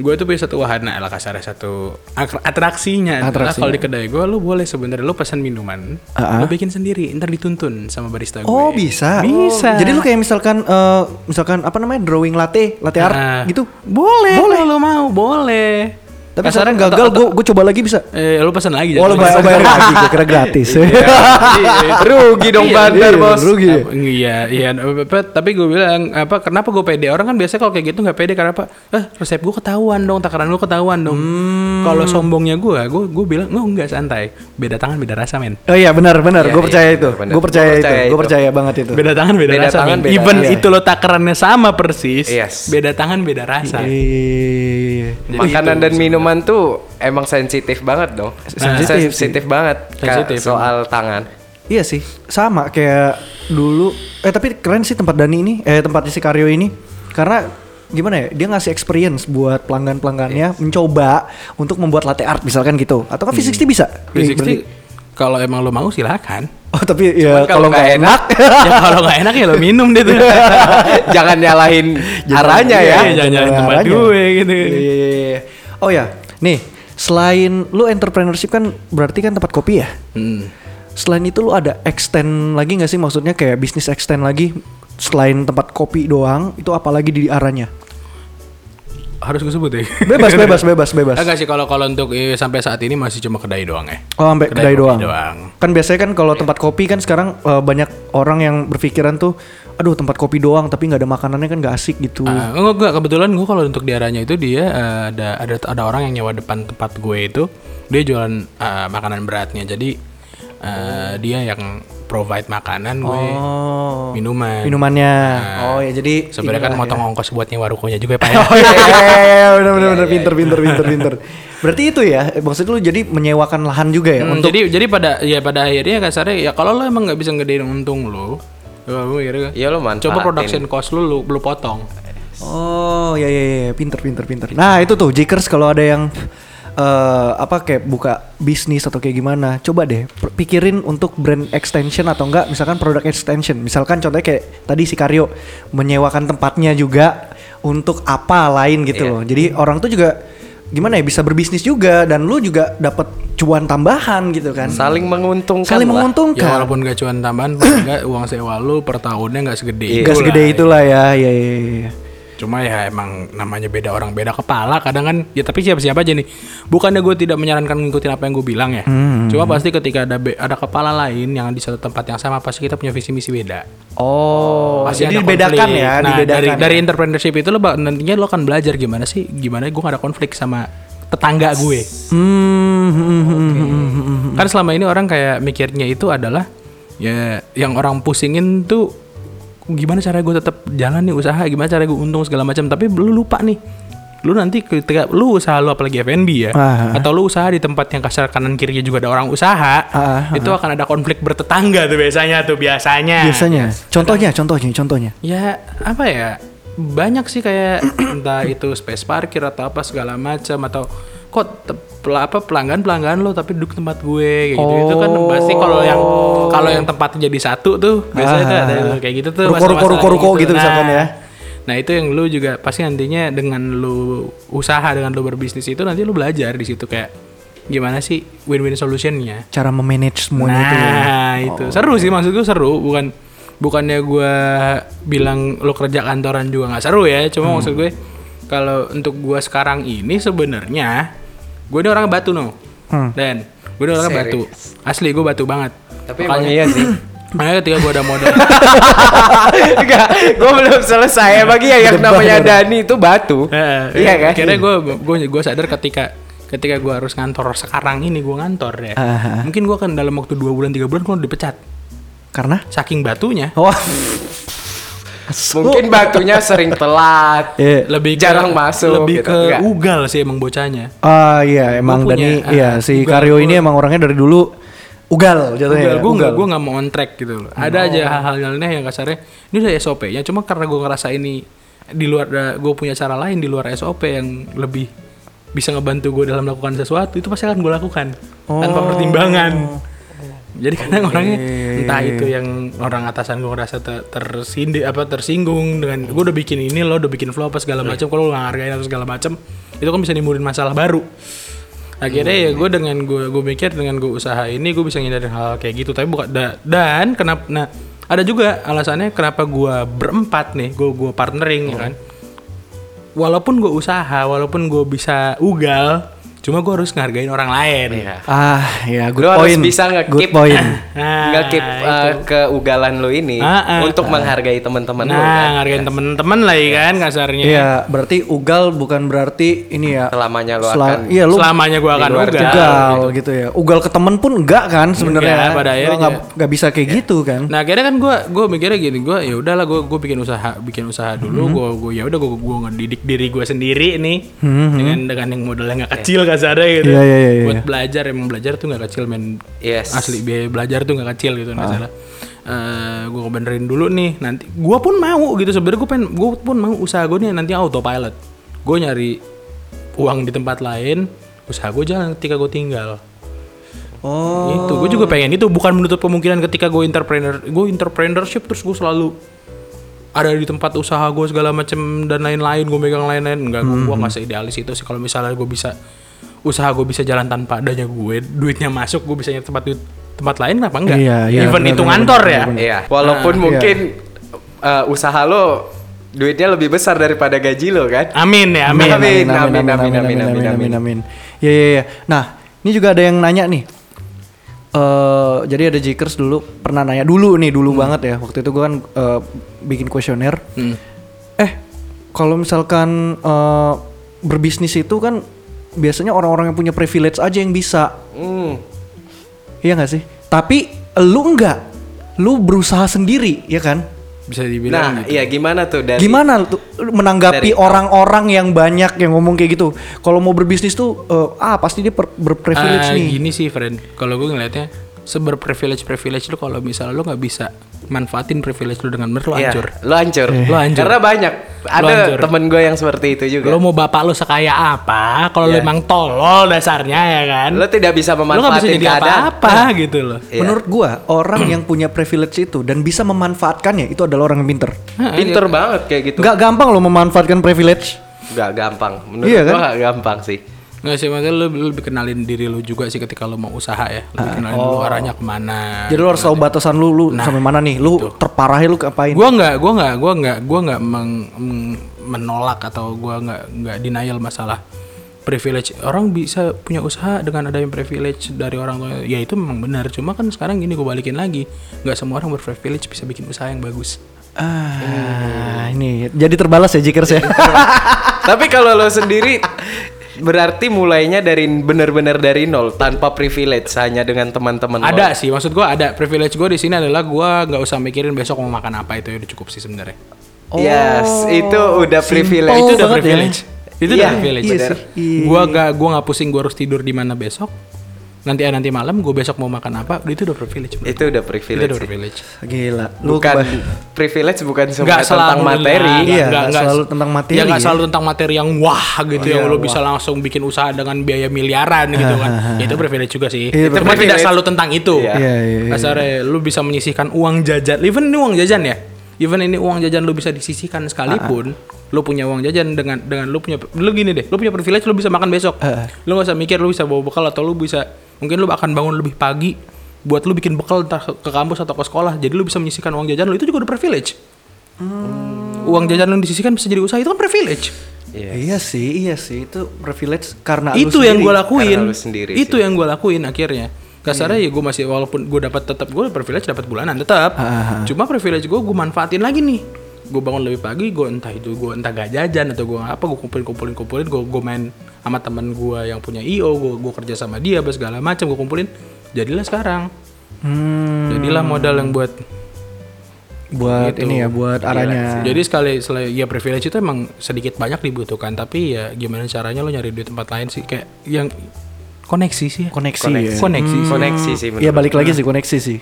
Speaker 3: gue tuh punya satu wahana lah kasarnya satu ak- atraksinya adalah
Speaker 1: Atraksinya.
Speaker 3: kalau di kedai gue lu boleh sebenarnya lu pesan minuman
Speaker 1: Ah, ah.
Speaker 3: lu bikin sendiri ntar dituntun sama barista gue
Speaker 1: Oh bisa,
Speaker 3: Bisa.
Speaker 1: Jadi lu kayak misalkan, eh,
Speaker 2: Nah.
Speaker 1: misalkan apa namanya drawing latte, latte art
Speaker 3: Ah.
Speaker 1: gitu.
Speaker 3: boleh boleh lu mau boleh
Speaker 1: Tapi
Speaker 3: Kasaran
Speaker 1: sekarang gagal, gue gue coba lagi bisa.
Speaker 3: Eh, lu pesan
Speaker 2: Iya,
Speaker 3: lagi.
Speaker 1: Oh, lo bayar, bayar lagi, gue
Speaker 2: [LAUGHS]
Speaker 1: kira gratis.
Speaker 2: Rugi Iya. dong
Speaker 3: Iya,
Speaker 2: bandar
Speaker 1: iya,
Speaker 2: bos.
Speaker 1: rugi.
Speaker 3: Apa- Iya, iya. apa- Tapi gue bilang apa? Kenapa gue pede? Orang kan biasanya kalau kayak gitu nggak pede karena apa? Eh, resep gue ketahuan dong, takaran gue ketahuan dong.
Speaker 1: Hmm.
Speaker 3: Kalau sombongnya gue, gue gue bilang nggak nggak santai. Beda tangan beda rasa men.
Speaker 1: Oh iya benar benar,
Speaker 2: Iya,
Speaker 1: gue
Speaker 2: iya,
Speaker 1: percaya
Speaker 2: benar,
Speaker 1: itu,
Speaker 2: benar.
Speaker 1: gue percaya
Speaker 2: Gua
Speaker 1: itu,
Speaker 2: percaya
Speaker 1: gue
Speaker 2: itu.
Speaker 1: percaya banget itu.
Speaker 3: Beda tangan beda,
Speaker 2: Beda
Speaker 3: rasa.
Speaker 2: tangan,
Speaker 3: men.
Speaker 2: beda
Speaker 3: Even
Speaker 2: rasa.
Speaker 3: itu lo takarannya sama persis.
Speaker 2: Yes. Iya.
Speaker 3: Beda tangan beda rasa.
Speaker 1: Iya.
Speaker 3: gitu
Speaker 2: Makanan dan minuman tuh emang sensitif banget dong.
Speaker 1: Sensitif sih.
Speaker 2: sensitif banget Kak,
Speaker 3: Sensitif. Ya,
Speaker 2: soal tangan.
Speaker 1: Iya sih, sama kayak dulu. Eh tapi keren sih tempat Dani ini, eh tempatnya si Karyo ini, karena gimana ya dia ngasih experience buat pelanggan pelanggannya mencoba untuk membuat latte art misalkan gitu atau
Speaker 3: Hmm.
Speaker 1: kan V60 bisa Iya, berarti.
Speaker 3: Basically, kalau emang lo mau silakan. [LAUGHS]
Speaker 1: oh tapi ya kalau
Speaker 2: kalau
Speaker 1: nggak
Speaker 2: nggak
Speaker 1: enak
Speaker 3: ya kalau nggak enak ya lo minum deh tuh.
Speaker 2: [LAUGHS] jangan
Speaker 3: [LAUGHS]
Speaker 2: nyalahin arahnya
Speaker 3: iya,
Speaker 2: ya.
Speaker 3: iya. jangan nyalain tempat
Speaker 1: Caranya.
Speaker 3: gue gitu.
Speaker 1: Iya, iya, iya. Oh ya, nih selain lu entrepreneurship kan berarti kan tempat kopi ya.
Speaker 3: Hmm.
Speaker 1: Selain itu lu ada extend lagi nggak sih maksudnya kayak bisnis extend lagi selain tempat kopi doang itu apalagi di arahnya?
Speaker 3: Harus gue
Speaker 2: [LAUGHS]
Speaker 3: sebut ya.
Speaker 1: Bebas, bebas, bebas, bebas.
Speaker 3: Enggak sih kalau kalau untuk eh, sampai saat ini masih cuma kedai doang ya.
Speaker 1: Oh, sampai kedai,
Speaker 3: Kedai kopi
Speaker 1: doang.
Speaker 3: doang.
Speaker 1: Kan biasanya kan kalau tempat kopi kan sekarang eh, banyak orang yang berpikiran tuh, aduh tempat kopi doang tapi nggak ada makanannya kan nggak asik gitu.
Speaker 3: Ah, enggak, enggak. kebetulan gue kalau untuk daerahnya itu dia eh, ada ada ada orang yang nyewa depan tempat gue itu dia jualan eh, makanan beratnya. Jadi eh, dia yang provide makanan gue
Speaker 1: oh,
Speaker 3: minuman.
Speaker 1: minumannya. oh ya jadi
Speaker 3: Sebenarnya kan
Speaker 1: inilah ya.
Speaker 3: motong ongkos buat nyewa rukonya juga ya, [LAUGHS] Pak. ya.
Speaker 1: [LAUGHS] Oh iya, iya, iya, iya, bener bener bener pinter pinter pinter pinter. Berarti itu ya maksudnya lu jadi menyewakan lahan juga ya
Speaker 3: Hmm,
Speaker 1: untuk
Speaker 3: Jadi jadi pada ya pada akhirnya kasarnya ya kalau lo emang nggak bisa ngedein untung lo, lo akhirnya
Speaker 2: Ya lo manfaatin.
Speaker 3: coba production cost lo lo, lo potong.
Speaker 1: Oh ya ya ya pinter pinter pinter. Nah itu tuh Jikers kalau ada yang eh, apa kayak buka bisnis atau kayak gimana, coba deh per- pikirin untuk brand extension atau enggak, misalkan produk extension. Misalkan contohnya kayak tadi si Karyo menyewakan tempatnya juga untuk apa lain gitu
Speaker 3: Iya.
Speaker 1: loh. Jadi orang tuh juga gimana ya bisa berbisnis juga dan lu juga dapat cuan tambahan gitu kan.
Speaker 2: Saling menguntungkan.
Speaker 1: Saling
Speaker 2: lah.
Speaker 1: menguntungkan.
Speaker 3: Ya walaupun gak cuan tambahan, paling nggak uang sewa lu per tahunnya nggak segede
Speaker 1: Gak
Speaker 3: itu
Speaker 1: segede
Speaker 3: lah.
Speaker 1: itulah ya, ya, ya, ya.
Speaker 3: Cuma ya emang namanya beda orang beda kepala kadang kan ya tapi siapa-siapa aja nih. Bukannya gue tidak menyarankan ngikutin apa yang gue bilang ya. Cuma pasti ketika ada be- ada kepala lain yang di satu tempat yang sama pasti kita punya visi misi beda.
Speaker 1: Oh,
Speaker 3: Pasti
Speaker 1: jadi
Speaker 3: ada
Speaker 1: dibedakan
Speaker 3: konflik.
Speaker 1: ya,
Speaker 3: Nah,
Speaker 1: dibedakan.
Speaker 3: dari
Speaker 1: ya.
Speaker 3: dari entrepreneurship itu lo bak- nantinya lo akan belajar gimana sih gimana gue gak ada konflik sama tetangga gue.
Speaker 1: Hmm, hmm, hmm, hmm, hmm, hmm.
Speaker 3: Kan selama ini orang kayak mikirnya itu adalah ya yang orang pusingin tuh gimana cara gue tetap jalan nih usaha, gimana cara gue untung segala macam. Tapi lu lupa nih. Lu nanti ketika lu usaha lu apalagi F&B ya
Speaker 1: Ah.
Speaker 3: atau lu usaha di tempat yang kasar kanan kirinya juga ada orang usaha,
Speaker 1: Ah, ah,
Speaker 3: itu akan ada konflik bertetangga tuh biasanya tuh biasanya.
Speaker 1: Biasanya. Contohnya, contohnya, contohnya.
Speaker 3: Ya apa ya banyak sih kayak
Speaker 1: [CLEARS THROAT]
Speaker 3: entah itu space parkir atau apa segala macam atau kok te- pel- apa pelanggan pelanggan lo tapi duduk tempat gue kayak gitu itu kan
Speaker 1: Oh.
Speaker 3: pasti kalau yang kalau yang tempatnya jadi satu tuh biasanya tuh ada yang kayak gitu
Speaker 1: Ah.
Speaker 3: tuh
Speaker 1: Ruko-
Speaker 3: masalah-masalah
Speaker 1: ruko- ruko- ruko
Speaker 3: kayak
Speaker 1: gitu misalkan ya.
Speaker 3: Nah itu yang lu juga pasti nantinya dengan lu usaha dengan lu berbisnis itu nanti lu belajar di situ kayak gimana sih win-win solutionnya
Speaker 1: Cara memanage semuanya itu. ya.
Speaker 3: nah, itu. Seru sih maksud gue seru, bukan bukannya gue bilang lo kerja kantoran juga nggak seru ya,
Speaker 1: Hmm.
Speaker 3: cuma maksud gue kalau untuk gue sekarang ini sebenarnya gue ini orang batu no.
Speaker 1: Hmm.
Speaker 3: Dan gue ini orang batu. Asli gue batu banget.
Speaker 2: Tapi emang iya
Speaker 3: [LAUGHS]
Speaker 2: sih. [LAUGHS]
Speaker 3: Makanya ketika gue ada
Speaker 1: [LAUGHS]
Speaker 3: modal [LAUGHS]
Speaker 2: Enggak, gue belum selesai. Bagi yang namanya Dani itu batu.
Speaker 3: Eh,
Speaker 2: Iya kan?
Speaker 3: Kira gue gue gue sadar ketika ketika gue harus ngantor sekarang ini gue ngantor ya.
Speaker 1: Ah.
Speaker 3: Mungkin gue akan dalam waktu dua bulan tiga bulan gue dipecat
Speaker 1: Karena
Speaker 3: saking batunya.
Speaker 1: oh, [LAUGHS]
Speaker 2: Mungkin batunya sering telat.
Speaker 1: Iya.
Speaker 3: lebih ke-
Speaker 2: Jarang masuk,
Speaker 3: lebih
Speaker 2: gitu.
Speaker 3: ke
Speaker 2: Enggak.
Speaker 3: ugal sih emang bocahnya
Speaker 1: ah iya emang
Speaker 3: punya,
Speaker 1: Dani
Speaker 3: ah,
Speaker 1: iya si
Speaker 3: ugal,
Speaker 1: Karyo ini emang orangnya dari dulu ugal
Speaker 2: Oh, iya,
Speaker 3: ugal
Speaker 1: jatuhnya. ya,
Speaker 3: gue nggak gue nggak mau on track gitu loh ada aja hal-hal yang aneh yang kasarnya ini udah SOP ya cuma karena gue ngerasa ini di luar gue punya cara lain di luar SOP yang lebih bisa ngebantu gue dalam melakukan sesuatu itu pasti akan gue lakukan
Speaker 2: Oh.
Speaker 3: tanpa pertimbangan jadi kadang orangnya entah itu yang orang atasan gue ngerasa ter tersindi- apa tersinggung dengan gue udah bikin ini lo udah bikin flow apa segala macam kalau lo nggak hargain atau segala macam itu kan bisa nimbulin masalah baru akhirnya
Speaker 2: Iya,
Speaker 3: ya gue dengan gue gue mikir dengan gue usaha ini gue bisa ngindarin hal, kayak gitu tapi bukan da- dan kenapa nah ada juga alasannya kenapa gue berempat nih gue gue
Speaker 2: Oh.
Speaker 3: partnering ya kan walaupun gue usaha walaupun gue bisa ugal Cuma gue harus ngehargain orang lain.
Speaker 2: Iya.
Speaker 1: Ah, ya good
Speaker 2: Lu harus
Speaker 1: point.
Speaker 2: bisa
Speaker 1: good
Speaker 2: nge-keep.
Speaker 3: [LAUGHS]
Speaker 1: point.
Speaker 3: Nah,
Speaker 2: nggak keep uh, keugalan lu ini
Speaker 3: Ah, ah,
Speaker 2: untuk menghargai teman-teman lu kan.
Speaker 3: Nah, ngehargain temen-temen lah ya kan kasarnya.
Speaker 1: Iya, berarti ugal bukan berarti ini ya.
Speaker 2: Selamanya lu
Speaker 1: sela-
Speaker 2: akan
Speaker 1: Iya, lu
Speaker 3: Selamanya gue akan
Speaker 2: luar
Speaker 3: ugal.
Speaker 1: ugal gitu ya. Ugal ke temen pun enggak kan sebenarnya.
Speaker 3: Enggak, pada
Speaker 1: Lu
Speaker 3: akhirnya.
Speaker 1: nggak- nggak bisa kayak gitu kan.
Speaker 3: Nah akhirnya kan gue gue mikirnya gini gue ya udahlah gue gue bikin usaha bikin usaha
Speaker 1: Mhm.
Speaker 3: dulu gue gue ya udah gue gue ngedidik diri gue sendiri nih dengan dengan yang modalnya nggak kecil kasarnya
Speaker 1: Mhm.
Speaker 3: gitu
Speaker 1: Iya, iya, iya, iya.
Speaker 3: buat belajar emang belajar tuh nggak kecil men
Speaker 2: Yes.
Speaker 3: asli biaya belajar tuh nggak kecil gitu
Speaker 1: Ah.
Speaker 3: nggak salah Eh, gue benerin dulu nih nanti gue pun mau gitu sebenarnya gue pengen gue pun mau usaha gue nih nanti autopilot gue nyari uang di tempat lain usaha gue jalan ketika gue tinggal
Speaker 1: Oh,
Speaker 3: itu gue Gitu. juga pengen itu bukan menutup kemungkinan ketika gue entrepreneur gue entrepreneurship terus gue selalu ada di tempat usaha gue segala macem dan lain-lain gue megang lain-lain enggak gue
Speaker 1: Mhm.
Speaker 3: gue nggak seidealis itu sih kalau misalnya gue bisa usaha gue bisa jalan tanpa adanya gue duitnya masuk gue bisa nyari tempat duit- tempat lain kenapa enggak
Speaker 1: Iya, iya,
Speaker 3: even
Speaker 1: benar,
Speaker 3: itu
Speaker 1: benar,
Speaker 3: ngantor
Speaker 1: benar,
Speaker 3: ya
Speaker 1: benar.
Speaker 2: Iya, walaupun mungkin uh, usaha lo duitnya lebih besar daripada gaji lo kan.
Speaker 3: amin ya amin
Speaker 2: Amin, amin, amin, amin, amin, amin.
Speaker 1: Ya, ya, ya. Nah, ini juga ada yang nanya nih. Eh, jadi ada Jikers dulu pernah nanya dulu nih dulu
Speaker 2: Hmm.
Speaker 1: banget ya. Waktu itu gue kan eh, bikin kuesioner. Eh, kalau misalkan eh, berbisnis itu kan biasanya orang-orang yang punya privilege aja yang bisa.
Speaker 2: Hmm.
Speaker 1: Iya gak sih? Tapi lu enggak. Lu berusaha sendiri, ya kan?
Speaker 3: bisa
Speaker 2: Nah,
Speaker 3: dibilang
Speaker 2: iya gimana tuh dari
Speaker 1: Gimana tuh menanggapi orang-orang yang banyak yang ngomong kayak gitu? Kalau mau berbisnis tuh eh, ah pasti dia per- berprivilege
Speaker 3: Ah,
Speaker 1: nih.
Speaker 3: Gini sih, friend. Kalau gue ngelihatnya seberprivilege privilege lu kalau misalnya lu nggak bisa manfaatin privilege lu dengan bener lu
Speaker 2: Iya,
Speaker 3: hancur.
Speaker 2: Lo hancur.
Speaker 3: Lo hancur.
Speaker 2: Karena banyak ada
Speaker 3: hancur.
Speaker 2: temen gue yang seperti itu juga.
Speaker 3: Lu mau bapak lu sekaya apa? Kalau lu
Speaker 2: Iya.
Speaker 3: emang tolol dasarnya ya kan.
Speaker 2: Lo tidak bisa
Speaker 3: Lu nggak bisa
Speaker 2: memanfaatin
Speaker 3: jadi
Speaker 2: keadaan.
Speaker 3: apa-apa gitu loh.
Speaker 2: Iya.
Speaker 1: Menurut gua, orang yang punya privilege itu dan bisa memanfaatkannya itu adalah orang yang pinter.
Speaker 2: Pinter banget kayak gitu.
Speaker 1: Gak gampang loh memanfaatkan privilege.
Speaker 2: Gak gampang. Menurut
Speaker 1: Iya,
Speaker 2: gue
Speaker 1: kan?
Speaker 2: gak gampang sih.
Speaker 3: Nggak sih, maksudnya lu, lu lebih kenalin diri lu juga sih ketika lu mau usaha ya. Lebih kenalin lu arahnya kemana.
Speaker 1: Jadi lu harus tahu batasan lu, lu sampai mana nih? Lu terparahnya lu ngapain?
Speaker 3: Nah, Gua nggak, gua nggak, gua nggak, gua nggak meng- meng- menolak atau gua nggak nggak denial masalah privilege. Orang bisa punya usaha dengan adanya privilege dari orang tua. Ya itu memang benar. Cuma kan sekarang gini gua balikin lagi, nggak semua orang berprivilege bisa bikin usaha yang bagus.
Speaker 1: Ah, ini jadi terbalas ya Jikers
Speaker 3: [LAUGHS]
Speaker 1: ya.
Speaker 2: Tapi kalau lo sendiri berarti mulainya dari bener-bener dari nol tanpa privilege hanya dengan teman-teman lo.
Speaker 3: Ada sih, maksud gua ada privilege gua di sini adalah gua nggak usah mikirin besok mau makan apa itu ya udah cukup sih sebenarnya.
Speaker 2: Yes, itu udah privilege.
Speaker 1: Oh, Simple
Speaker 3: itu udah
Speaker 1: banget ya.
Speaker 3: privilege. Itu
Speaker 2: Iya,
Speaker 3: udah privilege.
Speaker 1: iya
Speaker 3: bener.
Speaker 1: sih, iya.
Speaker 3: Gua nggak gua nggak pusing gua harus tidur di mana besok. Nanti ah, nanti malam gua besok mau makan apa, itu udah privilege. bro.
Speaker 2: Itu udah
Speaker 3: Itu
Speaker 2: privilege.
Speaker 3: udah
Speaker 2: sih.
Speaker 3: privilege.
Speaker 1: Gila, lu
Speaker 2: Bukan
Speaker 1: keba-
Speaker 2: privilege bukan semua
Speaker 3: nggak
Speaker 2: tentang materi.
Speaker 1: Iya, nggak selalu tentang materi
Speaker 3: Ya nggak
Speaker 1: ya.
Speaker 3: selalu tentang materi yang wah
Speaker 2: Oh,
Speaker 3: gitu
Speaker 2: iya,
Speaker 3: yang lo bisa langsung bikin usaha dengan biaya miliaran gitu
Speaker 1: [LAUGHS]
Speaker 3: kan. ya itu privilege juga sih.
Speaker 1: Iya,
Speaker 3: Cuma
Speaker 2: privilege.
Speaker 3: tidak selalu tentang itu.
Speaker 2: Iya.
Speaker 1: Iya, iya, iya.
Speaker 3: Kasarnya Ya. lu bisa menyisihkan uang jajan. Even ini uang jajan ya. Even ini uang jajan lu bisa disisihkan sekalipun,
Speaker 1: Ah,
Speaker 3: lu punya uang jajan dengan dengan lu punya lu gini deh, lu punya privilege lu bisa makan besok.
Speaker 1: Ah,
Speaker 3: Lu nggak usah mikir lu bisa bawa bekal atau lu bisa mungkin lu akan bangun lebih pagi buat lu bikin bekal entah ke ke kampus atau ke sekolah. Jadi lu bisa menyisihkan uang jajan lu itu juga udah privilege.
Speaker 1: Hmm.
Speaker 3: Uang jajan lu disisihkan bisa jadi usaha itu kan privilege.
Speaker 2: Iya.
Speaker 1: Iya sih, iya sih itu privilege karena lu
Speaker 3: itu yang
Speaker 1: sendiri. Hmm.
Speaker 3: gue lakuin.
Speaker 2: Karena lu sendiri
Speaker 3: itu yang gue lakuin akhirnya. Kasarnya ya gue masih walaupun gue dapat tetap gue privilege dapat bulanan tetap.
Speaker 1: Ah,
Speaker 3: Cuma privilege gue gue manfaatin lagi nih. Gue bangun lebih pagi, gue entah itu gue entah gak jajan atau gue apa gue kumpulin kumpulin kumpulin gue gue main sama teman gue yang punya io gue gue kerja sama dia apa segala macam gue kumpulin jadilah sekarang
Speaker 1: Hmm,
Speaker 3: jadilah modal yang buat
Speaker 1: buat
Speaker 3: Gitu.
Speaker 1: ini ya, buat arahnya.
Speaker 3: jadi sekali selain ya privilege itu emang sedikit banyak dibutuhkan tapi ya gimana caranya lo nyari duit tempat lain sih kayak yang koneksi sih ya.
Speaker 1: Koneksi,
Speaker 2: Koneksi.
Speaker 1: ya.
Speaker 3: koneksi sih.
Speaker 2: Koneksi sih menurut Hmm.
Speaker 1: Iya balik lagi sih koneksi sih.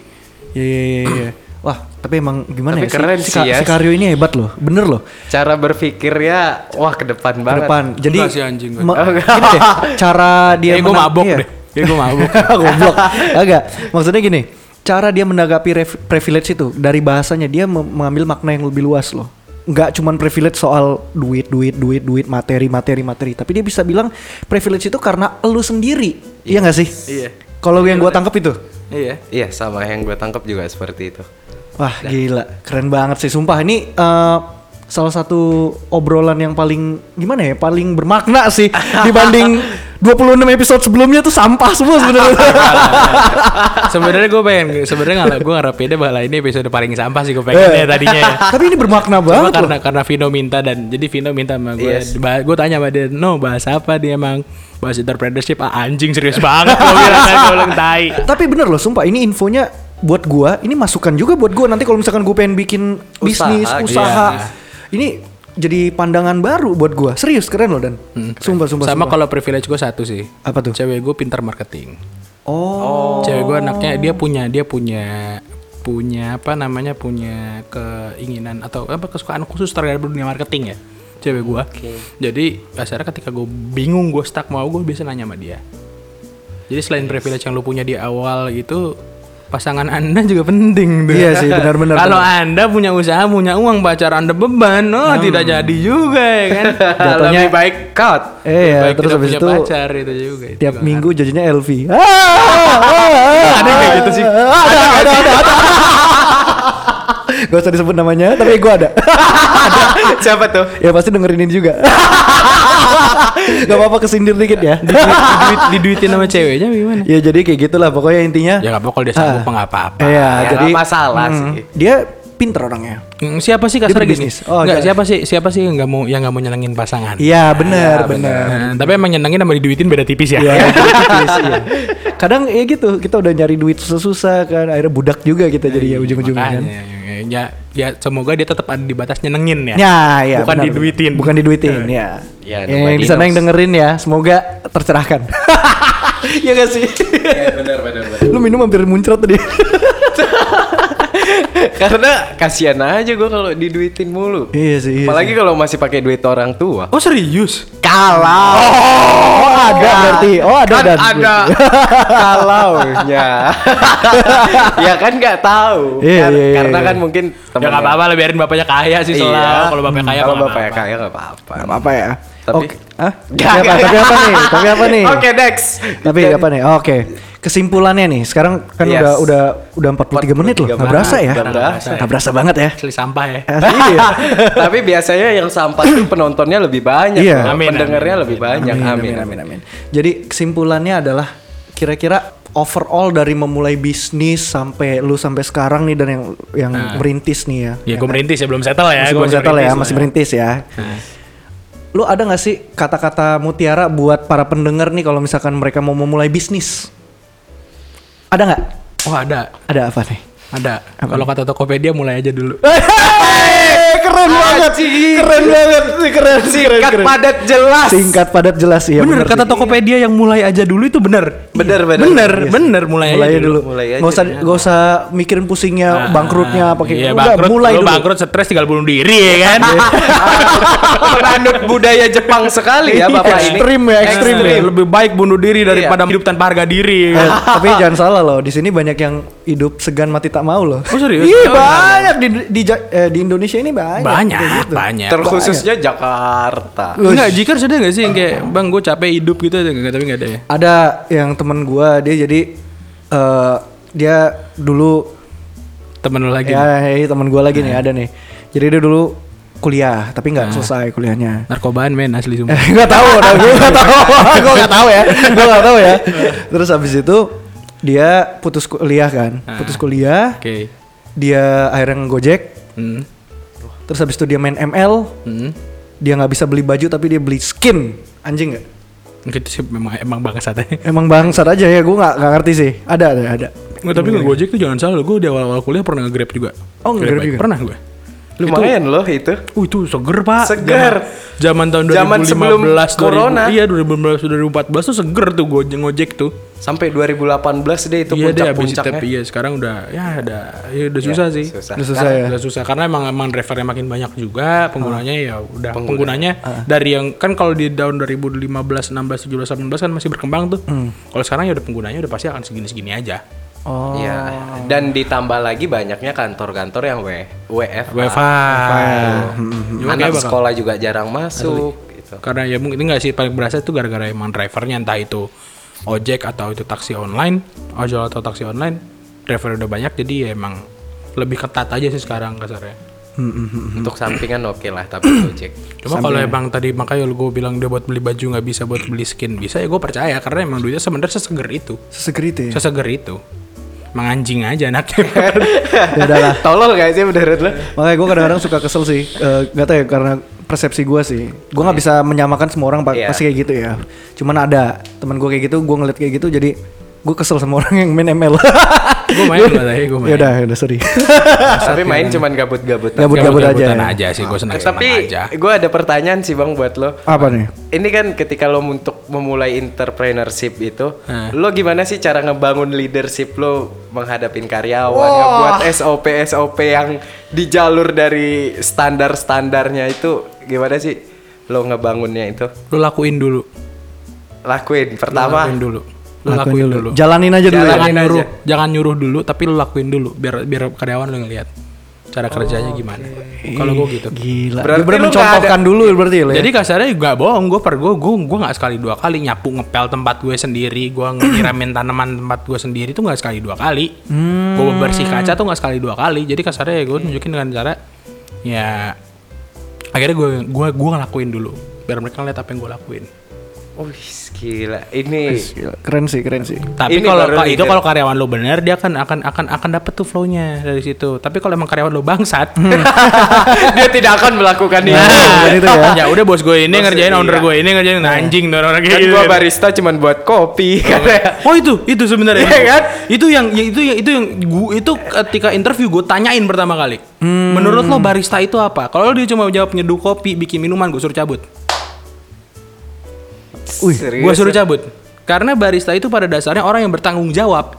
Speaker 1: Iya iya iya. iya. Wah tapi emang gimana
Speaker 2: Tapi
Speaker 1: ya?
Speaker 2: keren
Speaker 1: si,
Speaker 2: sih
Speaker 1: si,
Speaker 2: ya.
Speaker 1: si Karyo ini hebat loh, bener loh.
Speaker 2: cara berpikirnya wah ke depan
Speaker 1: Ke
Speaker 2: banget.
Speaker 1: depan. Jadi
Speaker 3: Enggak sih, anjing, gue.
Speaker 1: me- gini
Speaker 2: [LAUGHS]
Speaker 1: deh, cara dia
Speaker 3: Kayak gue
Speaker 1: menang-
Speaker 3: mabok
Speaker 1: iya.
Speaker 3: deh. Kayak gue mabok.
Speaker 1: [LAUGHS] Goblok. Agak. Maksudnya gini, cara dia menanggapi ref- privilege itu dari bahasanya dia mem- mengambil makna yang lebih luas loh. Nggak cuman privilege soal duit, duit, duit, duit, materi, materi, materi. Tapi dia bisa bilang privilege itu karena elu sendiri. Iya nggak sih?
Speaker 3: Iya.
Speaker 1: Kalau yang gue tangkap itu.
Speaker 3: Iya.
Speaker 2: Iya sama yang gue tangkap juga seperti itu.
Speaker 1: Wah gila, keren banget sih. Sumpah ini eh,
Speaker 3: [LAUGHS]
Speaker 1: salah satu obrolan yang paling gimana ya, paling bermakna sih dibanding 26 episode sebelumnya tuh sampah semua sebenarnya.
Speaker 3: sebenarnya gue pengen sebenarnya nggak gue ngarepinnya bahwa ini episode paling sampah sih gue pengen
Speaker 1: Eh.
Speaker 3: ya tadinya ya.
Speaker 1: Iya. Tapi ini bermakna
Speaker 3: Cuma
Speaker 1: banget loh.
Speaker 3: karena karena Vino minta dan jadi Vino minta sama gue,
Speaker 2: Yes.
Speaker 3: gue tanya sama dia, no bahas apa dia emang bahas entrepreneurship ah, anjing serius banget gue bilang kan gue bilang tai.
Speaker 1: Tapi bener loh sumpah ini infonya buat gua, ini masukan juga buat gua nanti kalau misalkan gua pengen bikin bisnis,
Speaker 2: Usaha,
Speaker 3: gitu ya.
Speaker 1: usaha. Ini jadi pandangan baru buat gua. Serius keren loh Dan. sumpah sumpah.
Speaker 3: Hmm. Sama
Speaker 1: sumpah.
Speaker 3: kalau privilege gue satu sih,
Speaker 1: apa tuh?
Speaker 3: cewek gue pintar marketing.
Speaker 1: Oh.
Speaker 3: Cewek gue anaknya dia punya dia punya punya apa namanya punya keinginan atau apa kesukaan khusus terhadap dunia marketing ya cewek gue. Jadi akhirnya ketika gue bingung gue stuck mau gue biasa nanya sama dia. Jadi selain privilege yang lu punya di awal itu pasangan anda juga penting tuh.
Speaker 1: Iya sih, benar-benar,
Speaker 3: Kalau anda punya usaha punya uang pacar anda beban,
Speaker 1: Hmm.
Speaker 3: oh tidak jadi juga ya kan.
Speaker 2: Jatuhnya lebih baik cut.
Speaker 1: [LAUGHS] Eh [LAUGHS] ya,
Speaker 3: Baik,
Speaker 1: terus
Speaker 3: kita
Speaker 1: habis
Speaker 3: punya
Speaker 1: itu
Speaker 3: pacar itu juga. itu
Speaker 1: tiap
Speaker 3: juga.
Speaker 1: minggu jadinya Elvi. Ah, ah,
Speaker 3: Ada yang kayak gitu sih.
Speaker 1: ah, [LAUGHS] ada, ada, ada, ada. Gak usah disebut namanya, tapi gua ada. [LAUGHS]
Speaker 2: Siapa tuh?
Speaker 1: ya pasti dengerin ini juga. [LAUGHS] Gak apa-apa kesindir dikit ya.
Speaker 3: Diduit, diduitin sama ceweknya gimana?
Speaker 1: ya jadi kayak gitulah pokoknya intinya.
Speaker 3: Ya nggak apa-apa kalau dia sanggup nggak apa-apa.
Speaker 1: Iya,
Speaker 2: Ya,
Speaker 1: jadi Hmm.
Speaker 2: nggak masalah sih. [LAUGHS]
Speaker 1: Dia pinter orangnya.
Speaker 3: Hmm, Siapa sih kasar
Speaker 1: Dia
Speaker 3: gini?
Speaker 1: berbisnis. Oh,
Speaker 3: Nggak,
Speaker 1: iya.
Speaker 3: siapa sih siapa sih yang nggak mau yang nggak mau nyenengin pasangan?
Speaker 1: Iya, bener, bener.
Speaker 3: Nah, tapi emang nyenengin sama diduitin beda tipis ya.
Speaker 1: Iya, betul, tipis, iya. Kadang ya gitu, kita udah nyari duit susah-susah kan, akhirnya budak juga kita jadi ya ujung-ujungnya. kan.
Speaker 3: Iya, Makanya, ya, ya semoga dia tetap ada di batas nyenengin ya.
Speaker 1: Ya, ya,
Speaker 3: Bukan diduitin.
Speaker 1: Bukan diduitin, ya.
Speaker 2: Ya,
Speaker 1: yang
Speaker 2: nobody
Speaker 1: di sana
Speaker 2: knows.
Speaker 1: yang dengerin ya, semoga tercerahkan. ya
Speaker 2: Iya
Speaker 1: gak sih?
Speaker 2: Benar benar benar.
Speaker 1: [LAUGHS] Lu minum hampir muncrat tadi.
Speaker 2: Karena kasihan aja gue kalau diduitin mulu.
Speaker 1: [LAUGHS] iya sih. Iya
Speaker 2: Apalagi
Speaker 1: sih.
Speaker 2: kalau masih pakai duit orang tua.
Speaker 3: Oh serius?
Speaker 2: Kalau
Speaker 1: Oh, ada berarti. Oh, ada
Speaker 2: kan
Speaker 1: dan.
Speaker 2: ada
Speaker 1: [LAUGHS]
Speaker 2: kalaunya. ya kan nggak tahu.
Speaker 1: Iya,
Speaker 2: Kar-
Speaker 1: iya, iya,
Speaker 2: karena
Speaker 1: iya.
Speaker 2: kan mungkin
Speaker 3: Ya nggak apa-apa lah biarin bapaknya kaya sih soalnya. Iya. Kalau bapaknya kaya
Speaker 2: kalau
Speaker 3: mah nggak
Speaker 2: bapak ya
Speaker 3: apa-apa.
Speaker 2: kaya nggak apa-apa.
Speaker 1: Gak apa-apa ya.
Speaker 2: Tapi-
Speaker 1: Oke.
Speaker 2: [LAUGHS]
Speaker 1: Hah? Tapi apa? Tapi apa nih? Tapi apa nih?
Speaker 2: Oke next.
Speaker 1: Tapi apa nih? Oke. Kesimpulannya nih, sekarang kan
Speaker 2: Yes.
Speaker 1: udah udah udah 43 menit loh. Nggak berasa ya?
Speaker 2: Nggak berasa.
Speaker 1: Nggak berasa banget
Speaker 2: [LAUGHS]
Speaker 1: ya.
Speaker 3: Asli sampah ya.
Speaker 1: Asli ya.
Speaker 2: Tapi biasanya yang sampah tuh penontonnya lebih banyak,
Speaker 1: Iya.
Speaker 2: Bang.
Speaker 3: Amin,
Speaker 2: pendengarnya
Speaker 3: amin,
Speaker 2: lebih banyak. Amin amin,
Speaker 1: amin, amin. Jadi kesimpulannya adalah kira-kira overall dari memulai bisnis sampai lu sampai sekarang nih dan yang yang merintis nih ya.
Speaker 3: Ya gue merintis ya belum settle ya. Nah.
Speaker 1: masih
Speaker 3: gua
Speaker 1: belum settle ya,
Speaker 3: merintis
Speaker 1: masih merintis ya. Lu ada nggak sih kata-kata mutiara buat para pendengar nih kalau misalkan mereka mau memulai bisnis? Ada nggak?
Speaker 3: Oh ada,
Speaker 1: Ada apa nih?
Speaker 3: ada. Kalau kata Tokopedia mulai aja dulu.
Speaker 1: keren banget sih, keren banget, keren sih,
Speaker 2: Singkat, padat, jelas.
Speaker 1: Singkat padat jelas ya.
Speaker 3: Iya, bener,
Speaker 1: bener
Speaker 3: kata
Speaker 1: sih.
Speaker 3: Tokopedia yang mulai aja dulu itu bener. Iya.
Speaker 2: Bener, bener.
Speaker 3: Bener, bener, Iya, mulai,
Speaker 1: mulai
Speaker 3: aja Ah,
Speaker 1: aja dulu.
Speaker 2: mulai aja
Speaker 1: Gak usah
Speaker 2: dulu.
Speaker 1: gak usah mikirin pusingnya bangkrutnya pakai
Speaker 3: Iya,
Speaker 1: Udah,
Speaker 3: bangkrut,
Speaker 1: mulai
Speaker 3: lu
Speaker 1: dulu. Iya,
Speaker 3: bangkrut stres tinggal bunuh diri ya
Speaker 1: [LAUGHS]
Speaker 3: kan.
Speaker 2: Penganut budaya Jepang sekali ya Bapak ini.
Speaker 1: Ekstrim ya, ekstrim
Speaker 3: Ekstrim,
Speaker 1: ya.
Speaker 3: Iya. lebih baik bunuh diri daripada hidup tanpa harga diri. [LAUGHS]
Speaker 1: Eh, tapi jangan salah loh, di sini banyak yang hidup segan mati tak mau loh.
Speaker 3: Oh, serius?
Speaker 1: Iya,
Speaker 3: Oh,
Speaker 1: banyak di di, Ja- eh, di Indonesia ini banyak.
Speaker 3: banyak,
Speaker 1: kayak gitu.
Speaker 3: banyak.
Speaker 2: Terkhususnya Jakarta.
Speaker 1: Ush.
Speaker 3: Enggak, jikers ada gak sih yang kayak Bang gue capek hidup gitu ada nggak? tapi gak ada ya
Speaker 1: Ada yang temen gua dia jadi eh dia dulu
Speaker 3: Temen lu lagi Nah.
Speaker 1: ya ini temen gua lagi nih ada nih. Jadi dia dulu kuliah tapi nggak selesai kuliahnya.
Speaker 3: [LAUGHS] Narkobaan men asli sumpah
Speaker 1: Eh, nggak
Speaker 3: [LAUGHS]
Speaker 1: tahu, nah, gue nggak tahu, gue nggak tahu ya, gue nggak tahu ya. Terus habis itu dia putus kuliah kan, putus kuliah,
Speaker 3: Nah. Oke
Speaker 1: dia akhirnya ngegojek,
Speaker 3: Hmm.
Speaker 1: terus habis itu dia main ML,
Speaker 3: Hmm.
Speaker 1: dia nggak bisa beli baju tapi dia beli skin, anjing nggak?
Speaker 3: Gitu sih memang emang bangsat ya
Speaker 1: Emang bangsat aja ya, gue nggak nggak ngerti sih, ada ada ada.
Speaker 3: Nggak, tapi gue Gojek tuh jangan salah, gue di awal-awal kuliah pernah nge-grab juga.
Speaker 1: Iya, Oh, nge-Grab
Speaker 3: Bike.
Speaker 1: juga?
Speaker 3: Pernah gue.
Speaker 2: Lumayan loh itu. Ah,
Speaker 3: Uh itu seger pak.
Speaker 2: Seger.
Speaker 3: Zaman, zaman tahun 2015,
Speaker 2: Zaman sebelum
Speaker 3: 2000,
Speaker 2: corona.
Speaker 3: Iya 2015 2014 tuh seger tuh gojek ngojek tuh.
Speaker 2: Sampai 2018 deh itu
Speaker 3: iya deh abis itu
Speaker 2: puncak-puncaknya.
Speaker 3: tapi iya sekarang udah ya ada ya udah susah sih.
Speaker 2: susah. Ah.
Speaker 1: Udah susah ya.
Speaker 3: Udah susah karena emang emang drivernya makin banyak juga penggunanya ya udah penggunanya dari yang kan kalau di tahun 2015 16 17 18 kan masih berkembang tuh.
Speaker 2: Hmm.
Speaker 3: Kalau sekarang ya udah penggunanya udah pasti akan segini-segini aja.
Speaker 1: Oh,
Speaker 2: Iya. Dan ditambah lagi banyaknya kantor-kantor yang W WF.
Speaker 3: WFA. Cuma kayak
Speaker 2: Anak
Speaker 3: bakal-
Speaker 2: sekolah juga jarang masuk gitu.
Speaker 3: Karena ya mungkin nggak sih paling berasa itu gara-gara emang drivernya entah itu ojek atau itu taksi online, ojol atau taksi online, driver udah banyak jadi ya emang lebih ketat aja sih sekarang kasarnya.
Speaker 2: Untuk sampingan oke lah tapi Gojek.
Speaker 3: Cuma kalau emang tadi makanya gue bilang dia buat beli baju nggak bisa buat beli skin bisa ya gue percaya karena emang duitnya sebenarnya seseger itu,
Speaker 1: Seseger itu ya.
Speaker 3: seseger itu. Emang anjing aja [LAUGHS] anaknya.
Speaker 1: Ya udah lah.
Speaker 2: [LAUGHS] Tolol gak sih menurut lo?
Speaker 1: Makanya gue kadang-kadang suka kesel sih. Eh, Gak tau ya karena persepsi gue sih. Gue nggak bisa menyamakan semua orang pa-
Speaker 2: Iya.
Speaker 1: pasti kayak gitu ya. Cuman ada teman gue kayak gitu, gue ngeliat kayak gitu jadi gue kesel sama orang yang main
Speaker 3: [LAUGHS]
Speaker 1: ML.
Speaker 3: gue main gue tadi gue main.
Speaker 1: ya udah, udah sorry. [LAUGHS]
Speaker 2: tapi main cuman gabut-gabut.
Speaker 1: Gabut. Gabut-gabut aja
Speaker 3: Gabut-gabutan
Speaker 1: ya.
Speaker 3: aja sih gue senang
Speaker 2: Tapi
Speaker 3: aja.
Speaker 2: gue ada pertanyaan sih bang buat lo.
Speaker 1: Apa nih?
Speaker 2: Ini kan ketika lo untuk memulai entrepreneurship itu,
Speaker 3: Hah.
Speaker 2: lo gimana sih cara ngebangun leadership lo menghadapin karyawan, ngebuat SOP SOP yang di jalur dari standar standarnya itu gimana sih lo ngebangunnya itu?
Speaker 3: Lu lakuin dulu.
Speaker 2: Lakuin
Speaker 3: Lu
Speaker 2: pertama.
Speaker 3: Lakuin dulu. Lu lakuin dulu.
Speaker 1: Jalanin aja dulu. ya.
Speaker 2: Jalanin.
Speaker 3: Jangan
Speaker 2: aja.
Speaker 3: nyuruh, jangan nyuruh dulu, tapi lu lakuin dulu biar biar karyawan lu ngelihat
Speaker 2: Oh,
Speaker 3: cara kerjanya gimana. Kalau gue gitu.
Speaker 1: Gila.
Speaker 2: Berarti
Speaker 1: Berarti
Speaker 2: lu nggak
Speaker 1: mencontohkan dulu berarti ya.
Speaker 3: Jadi kasarnya juga bohong gue per gue gue gue nggak sekali dua kali nyapu ngepel tempat gue sendiri gue
Speaker 2: [CLEARS THROAT]
Speaker 3: ngiramin tanaman tempat gue sendiri tuh nggak sekali dua kali
Speaker 2: Hmm.
Speaker 3: gue bebersih kaca tuh nggak sekali dua kali jadi kasarnya gue nunjukin dengan cara ya akhirnya gue gue gue ngelakuin dulu biar mereka ngeliat apa yang gue lakuin
Speaker 2: Wih, gila. Ini
Speaker 1: Gila, Keren sih, keren sih.
Speaker 3: tapi
Speaker 2: Ini
Speaker 3: kalau
Speaker 2: baru
Speaker 3: kalau itu
Speaker 2: leader.
Speaker 3: kalau karyawan lo bener dia kan akan akan akan dapet tuh flownya dari situ tapi kalau emang karyawan lo
Speaker 2: [LAUGHS]
Speaker 3: bangsat
Speaker 2: dia tidak akan melakukan ini.
Speaker 1: Nah, itu ya.
Speaker 3: ya udah bos gue ini
Speaker 2: Bos
Speaker 3: ngerjain
Speaker 2: iya.
Speaker 3: owner gue ini ngerjain Nah, anjing orang-orang kayak
Speaker 2: Kan
Speaker 3: gitu
Speaker 2: gua
Speaker 3: kan.
Speaker 2: barista cuman buat kopi kan ya. karena
Speaker 3: Oh itu, itu sebenarnya.
Speaker 2: Iya kan?
Speaker 3: Itu yang ya itu yang itu yang gua itu ketika interview gue tanyain pertama kali.
Speaker 2: Hmm.
Speaker 3: Menurut lo barista itu apa? Kalau dia cuma jawab nyeduh kopi, bikin minuman, gue suruh cabut.
Speaker 1: Wih,
Speaker 2: Serius,
Speaker 3: Gue suruh cabut. Karena barista itu pada dasarnya orang yang bertanggung jawab.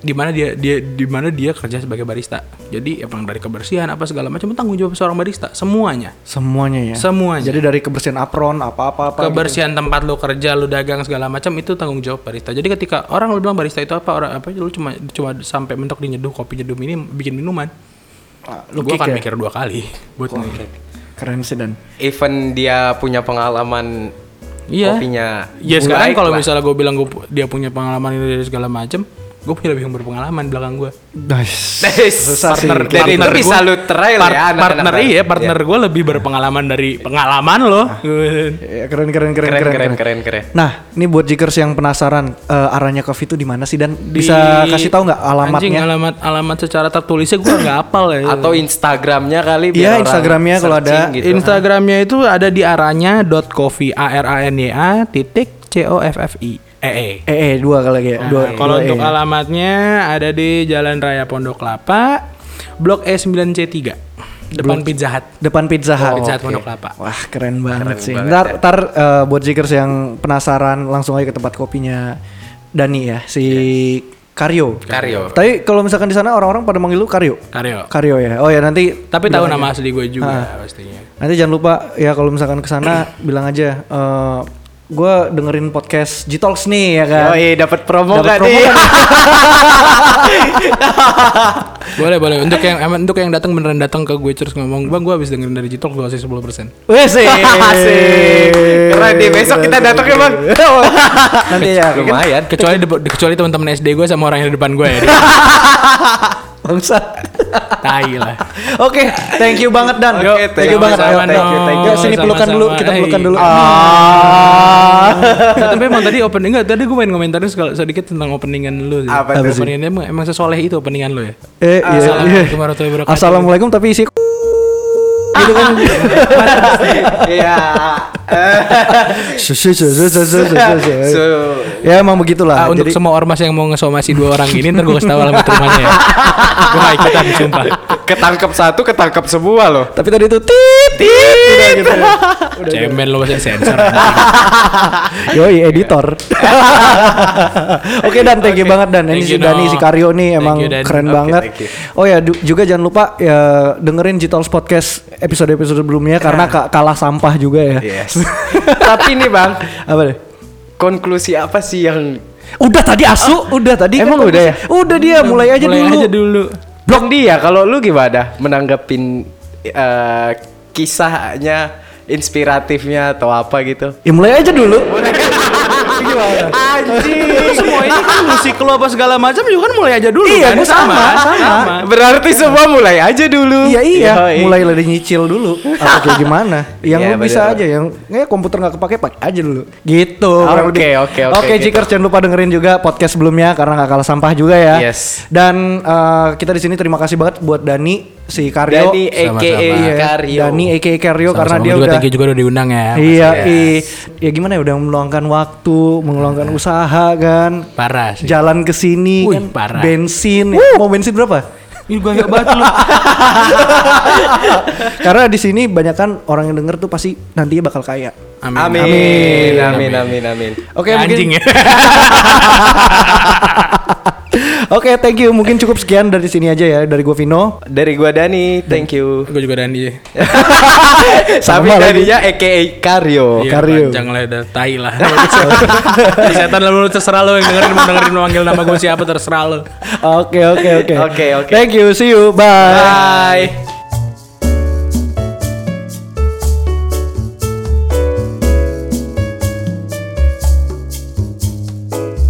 Speaker 3: Di mana dia dia di mana dia kerja sebagai barista. Jadi ya, emang dari kebersihan apa segala macam tanggung jawab seorang barista semuanya.
Speaker 1: semuanya ya.
Speaker 3: Semuanya.
Speaker 1: Jadi dari kebersihan apron apa-apa apa.
Speaker 3: kebersihan tempat lu kerja lu dagang segala macam itu tanggung jawab barista jadi ketika orang lu bilang barista itu apa orang apa lu cuma cuma sampai mentok di nyeduh kopi nyeduh ini bikin minuman
Speaker 1: Ah,
Speaker 3: lu
Speaker 1: Lu
Speaker 3: Iya, gua
Speaker 1: kick
Speaker 3: akan
Speaker 1: ya.
Speaker 3: mikir dua kali buat nih.
Speaker 1: Keren sih dan.
Speaker 2: even dia punya pengalaman
Speaker 3: Iya.
Speaker 2: kopinya.
Speaker 3: ya
Speaker 2: baik
Speaker 3: sekarang kalau
Speaker 2: lah.
Speaker 3: misalnya gue bilang gua, pu- dia punya pengalaman ini dari segala macam gue punya lebih yang berpengalaman di belakang gue
Speaker 1: Nice. Susah sih.
Speaker 2: partner, dan itu
Speaker 3: gua-
Speaker 2: bisa lu trial
Speaker 3: par-
Speaker 2: ya anak-anak
Speaker 3: partner
Speaker 2: baru.
Speaker 3: iya partner gue lebih berpengalaman dari pengalaman lo
Speaker 1: Ya, keren, keren, keren,
Speaker 2: keren keren keren keren.
Speaker 1: Nah, ini buat jikers yang penasaran eh, arahnya Coffee itu di mana sih dan bisa kasih tahu nggak
Speaker 3: Anjing,
Speaker 1: alamatnya?
Speaker 3: alamat alamat secara tertulisnya gue nggak hafal
Speaker 2: [LAUGHS]
Speaker 3: ya
Speaker 2: Atau Instagramnya kali biar
Speaker 1: Iya,
Speaker 2: orang
Speaker 1: Instagramnya kalau ada.
Speaker 2: searching gitu.
Speaker 3: Instagramnya itu ada di arahnya dot coffee a r a n y a titik c o f f i e e.
Speaker 1: Eh, eh dua kali ya. Dua.
Speaker 3: Nah, Kalau
Speaker 1: dua E.
Speaker 3: untuk alamatnya ada di Jalan Raya Pondok Kelapa, Blok E 9 C 3 depan Pizza Hut.
Speaker 1: depan Pizza Hut.
Speaker 3: Pizza Hut Pondok Kelapa. ya.
Speaker 1: Wah, keren banget sih. ntar ntar eh, buat jikers yang penasaran langsung aja ke tempat kopinya Dani ya, si Karyo.
Speaker 2: Karyo.
Speaker 1: Tapi kalau misalkan di sana orang-orang pada manggil lu Karyo.
Speaker 3: Karyo.
Speaker 1: Karyo ya. Oh ya nanti
Speaker 3: Tapi tahu nama asli gue juga pastinya.
Speaker 1: Nanti jangan lupa ya kalau misalkan ke sana bilang aja eh gue dengerin podcast G-Talks nih ya kan.
Speaker 2: Oh iya dapat promo
Speaker 1: Dapat
Speaker 2: gak
Speaker 1: promo kan?
Speaker 2: nih?
Speaker 3: Boleh boleh. Untuk yang em- untuk yang datang beneran datang ke gue terus ngomong, "Bang, gue habis dengerin dari Jitok gue kasih 10%."
Speaker 1: Wes, eh.
Speaker 2: [LAUGHS] Asik. Keren nih besok kita datang ah. ya bang. [LAUGHS] Iya, kan?
Speaker 1: Nanti ya.
Speaker 2: Lumayan.
Speaker 3: Kecuali de- kecuali teman-teman SD gue sama orang yang di depan gue ya.
Speaker 1: Bangsa.
Speaker 3: Tai lah.
Speaker 1: Oke, thank you banget Dan.
Speaker 2: Oke,
Speaker 1: thank you
Speaker 2: sama-sama,
Speaker 1: banget. Ayo,
Speaker 2: thank you, thank you.
Speaker 1: Yuk, sini pelukan dulu,
Speaker 3: Sama-sama.
Speaker 1: kita pelukan
Speaker 3: Hey.
Speaker 1: dulu.
Speaker 2: Ah.
Speaker 3: Nah, tapi emang tadi open enggak tadi gue main komentarin sekal- sedikit tentang openingan lu sih.
Speaker 2: Apa
Speaker 1: tuh?
Speaker 3: Openingannya emang, emang sesoleh itu openingan lu ya.
Speaker 1: [LAUGHS] Eh, iya, iya.
Speaker 3: Assalamualaikum warahmatullahi wabarakatuh.
Speaker 1: Assalamualaikum tapi isi gitu kan.
Speaker 2: Iya.
Speaker 1: Su- su- su- su- su- su- su-
Speaker 2: [LAUGHS]
Speaker 1: su-
Speaker 2: So,
Speaker 1: Ya emang begitulah.
Speaker 3: Ah, untuk
Speaker 1: Jadi
Speaker 3: semua ormas yang mau ngesomasi dua orang ini ntar gue kasih tahu alamat rumahnya ya. gue gak ikutan sumpah.
Speaker 2: ketangkep satu ketangkep semua loh.
Speaker 1: tapi tadi itu tit tit. gitu ya.
Speaker 3: Cemen lo masih [LAUGHS] sensor.
Speaker 1: Yoi editor. [LAUGHS] Oke Dan, thank you banget Dan. Ini
Speaker 3: Thank
Speaker 1: si
Speaker 3: you,
Speaker 1: Dani,
Speaker 3: No.
Speaker 1: si Karyo nih
Speaker 3: Thank
Speaker 1: emang
Speaker 3: you, Dan.
Speaker 1: keren
Speaker 3: Oke,
Speaker 1: banget.
Speaker 2: thank you.
Speaker 1: Oh ya du- juga jangan lupa ya dengerin Digital Podcast episode-episode sebelumnya karena ka- kalah sampah juga ya.
Speaker 2: Yes.
Speaker 1: [LAUGHS]
Speaker 2: Tapi nih bang,
Speaker 1: Apa deh?
Speaker 2: konklusi apa sih yang
Speaker 1: Udah tadi asu, udah tadi kan
Speaker 2: Emang
Speaker 1: kamu-
Speaker 2: udah ya?
Speaker 1: Udah dia mulai aja
Speaker 3: Mulai
Speaker 1: dulu.
Speaker 3: aja dulu.
Speaker 2: Blok dia, kalau lu gimana menanggapin eh, kisahnya, inspiratifnya atau apa gitu?
Speaker 1: Ya mulai aja dulu. gimana?
Speaker 3: Anjing. Semua ini kan musik lo apa segala macam juga kan mulai aja dulu
Speaker 1: Iya,
Speaker 3: kan?
Speaker 1: gua [LAUGHS] sama, sama.
Speaker 2: Berarti semua mulai aja dulu.
Speaker 1: Iya iya,
Speaker 2: Yoi.
Speaker 1: mulai dari nyicil dulu atau kayak gimana? Yang
Speaker 2: Iya,
Speaker 1: lu bisa
Speaker 2: bener.
Speaker 1: aja yang ya komputer nggak kepake pakai aja dulu. Gitu. kurang lebih.
Speaker 2: Oke, oke, oke,
Speaker 1: Oke,
Speaker 2: gitu.
Speaker 1: Jikers jangan lupa dengerin juga podcast sebelumnya karena nggak kalah sampah juga ya.
Speaker 2: Yes.
Speaker 1: Dan eh, kita di sini terima kasih banget buat Dani si Karyo.
Speaker 2: Dani aka
Speaker 4: Sama-sama.
Speaker 1: Iya,
Speaker 2: Karyo.
Speaker 1: Dani aka Karyo karena
Speaker 4: Sama-sama
Speaker 1: dia
Speaker 4: juga
Speaker 1: udah
Speaker 4: thank you juga udah diundang ya.
Speaker 1: Iya, i- ya gimana ya udah meluangkan waktu, mengeluangkan usaha kan.
Speaker 3: Iya
Speaker 4: Parah sih.
Speaker 1: Jalan ke sini
Speaker 4: Wih,
Speaker 1: kan
Speaker 4: parah.
Speaker 1: bensin. ya. Mau bensin berapa?
Speaker 3: Ih, gua nggak banget lu.
Speaker 1: Karena di sini banyak kan orang yang denger tuh pasti nantinya bakal kaya.
Speaker 2: Amin. Amin. Amin. Amin. Amin.
Speaker 1: Oke,
Speaker 4: Anjing ya.
Speaker 1: mungkin [LAUGHS] Oke, thank you. Mungkin cukup sekian dari sini aja ya dari gua Vino.
Speaker 2: Dari gua Dani, thank you.
Speaker 3: [LAUGHS] Gua juga Dandi.
Speaker 2: Tapi
Speaker 1: Sama lagi.
Speaker 2: darinya aka Karyo.
Speaker 3: Iya,
Speaker 1: Karyo.
Speaker 3: panjang lah, ada tai lah. [LAUGHS] Kesehatan lah, lu terserah lo yang dengerin mau dengerin mau manggil nama gue siapa terserah lo.
Speaker 1: Oke, oke, oke.
Speaker 2: Oke, oke.
Speaker 1: Thank you. See you. Bye.
Speaker 2: Bye.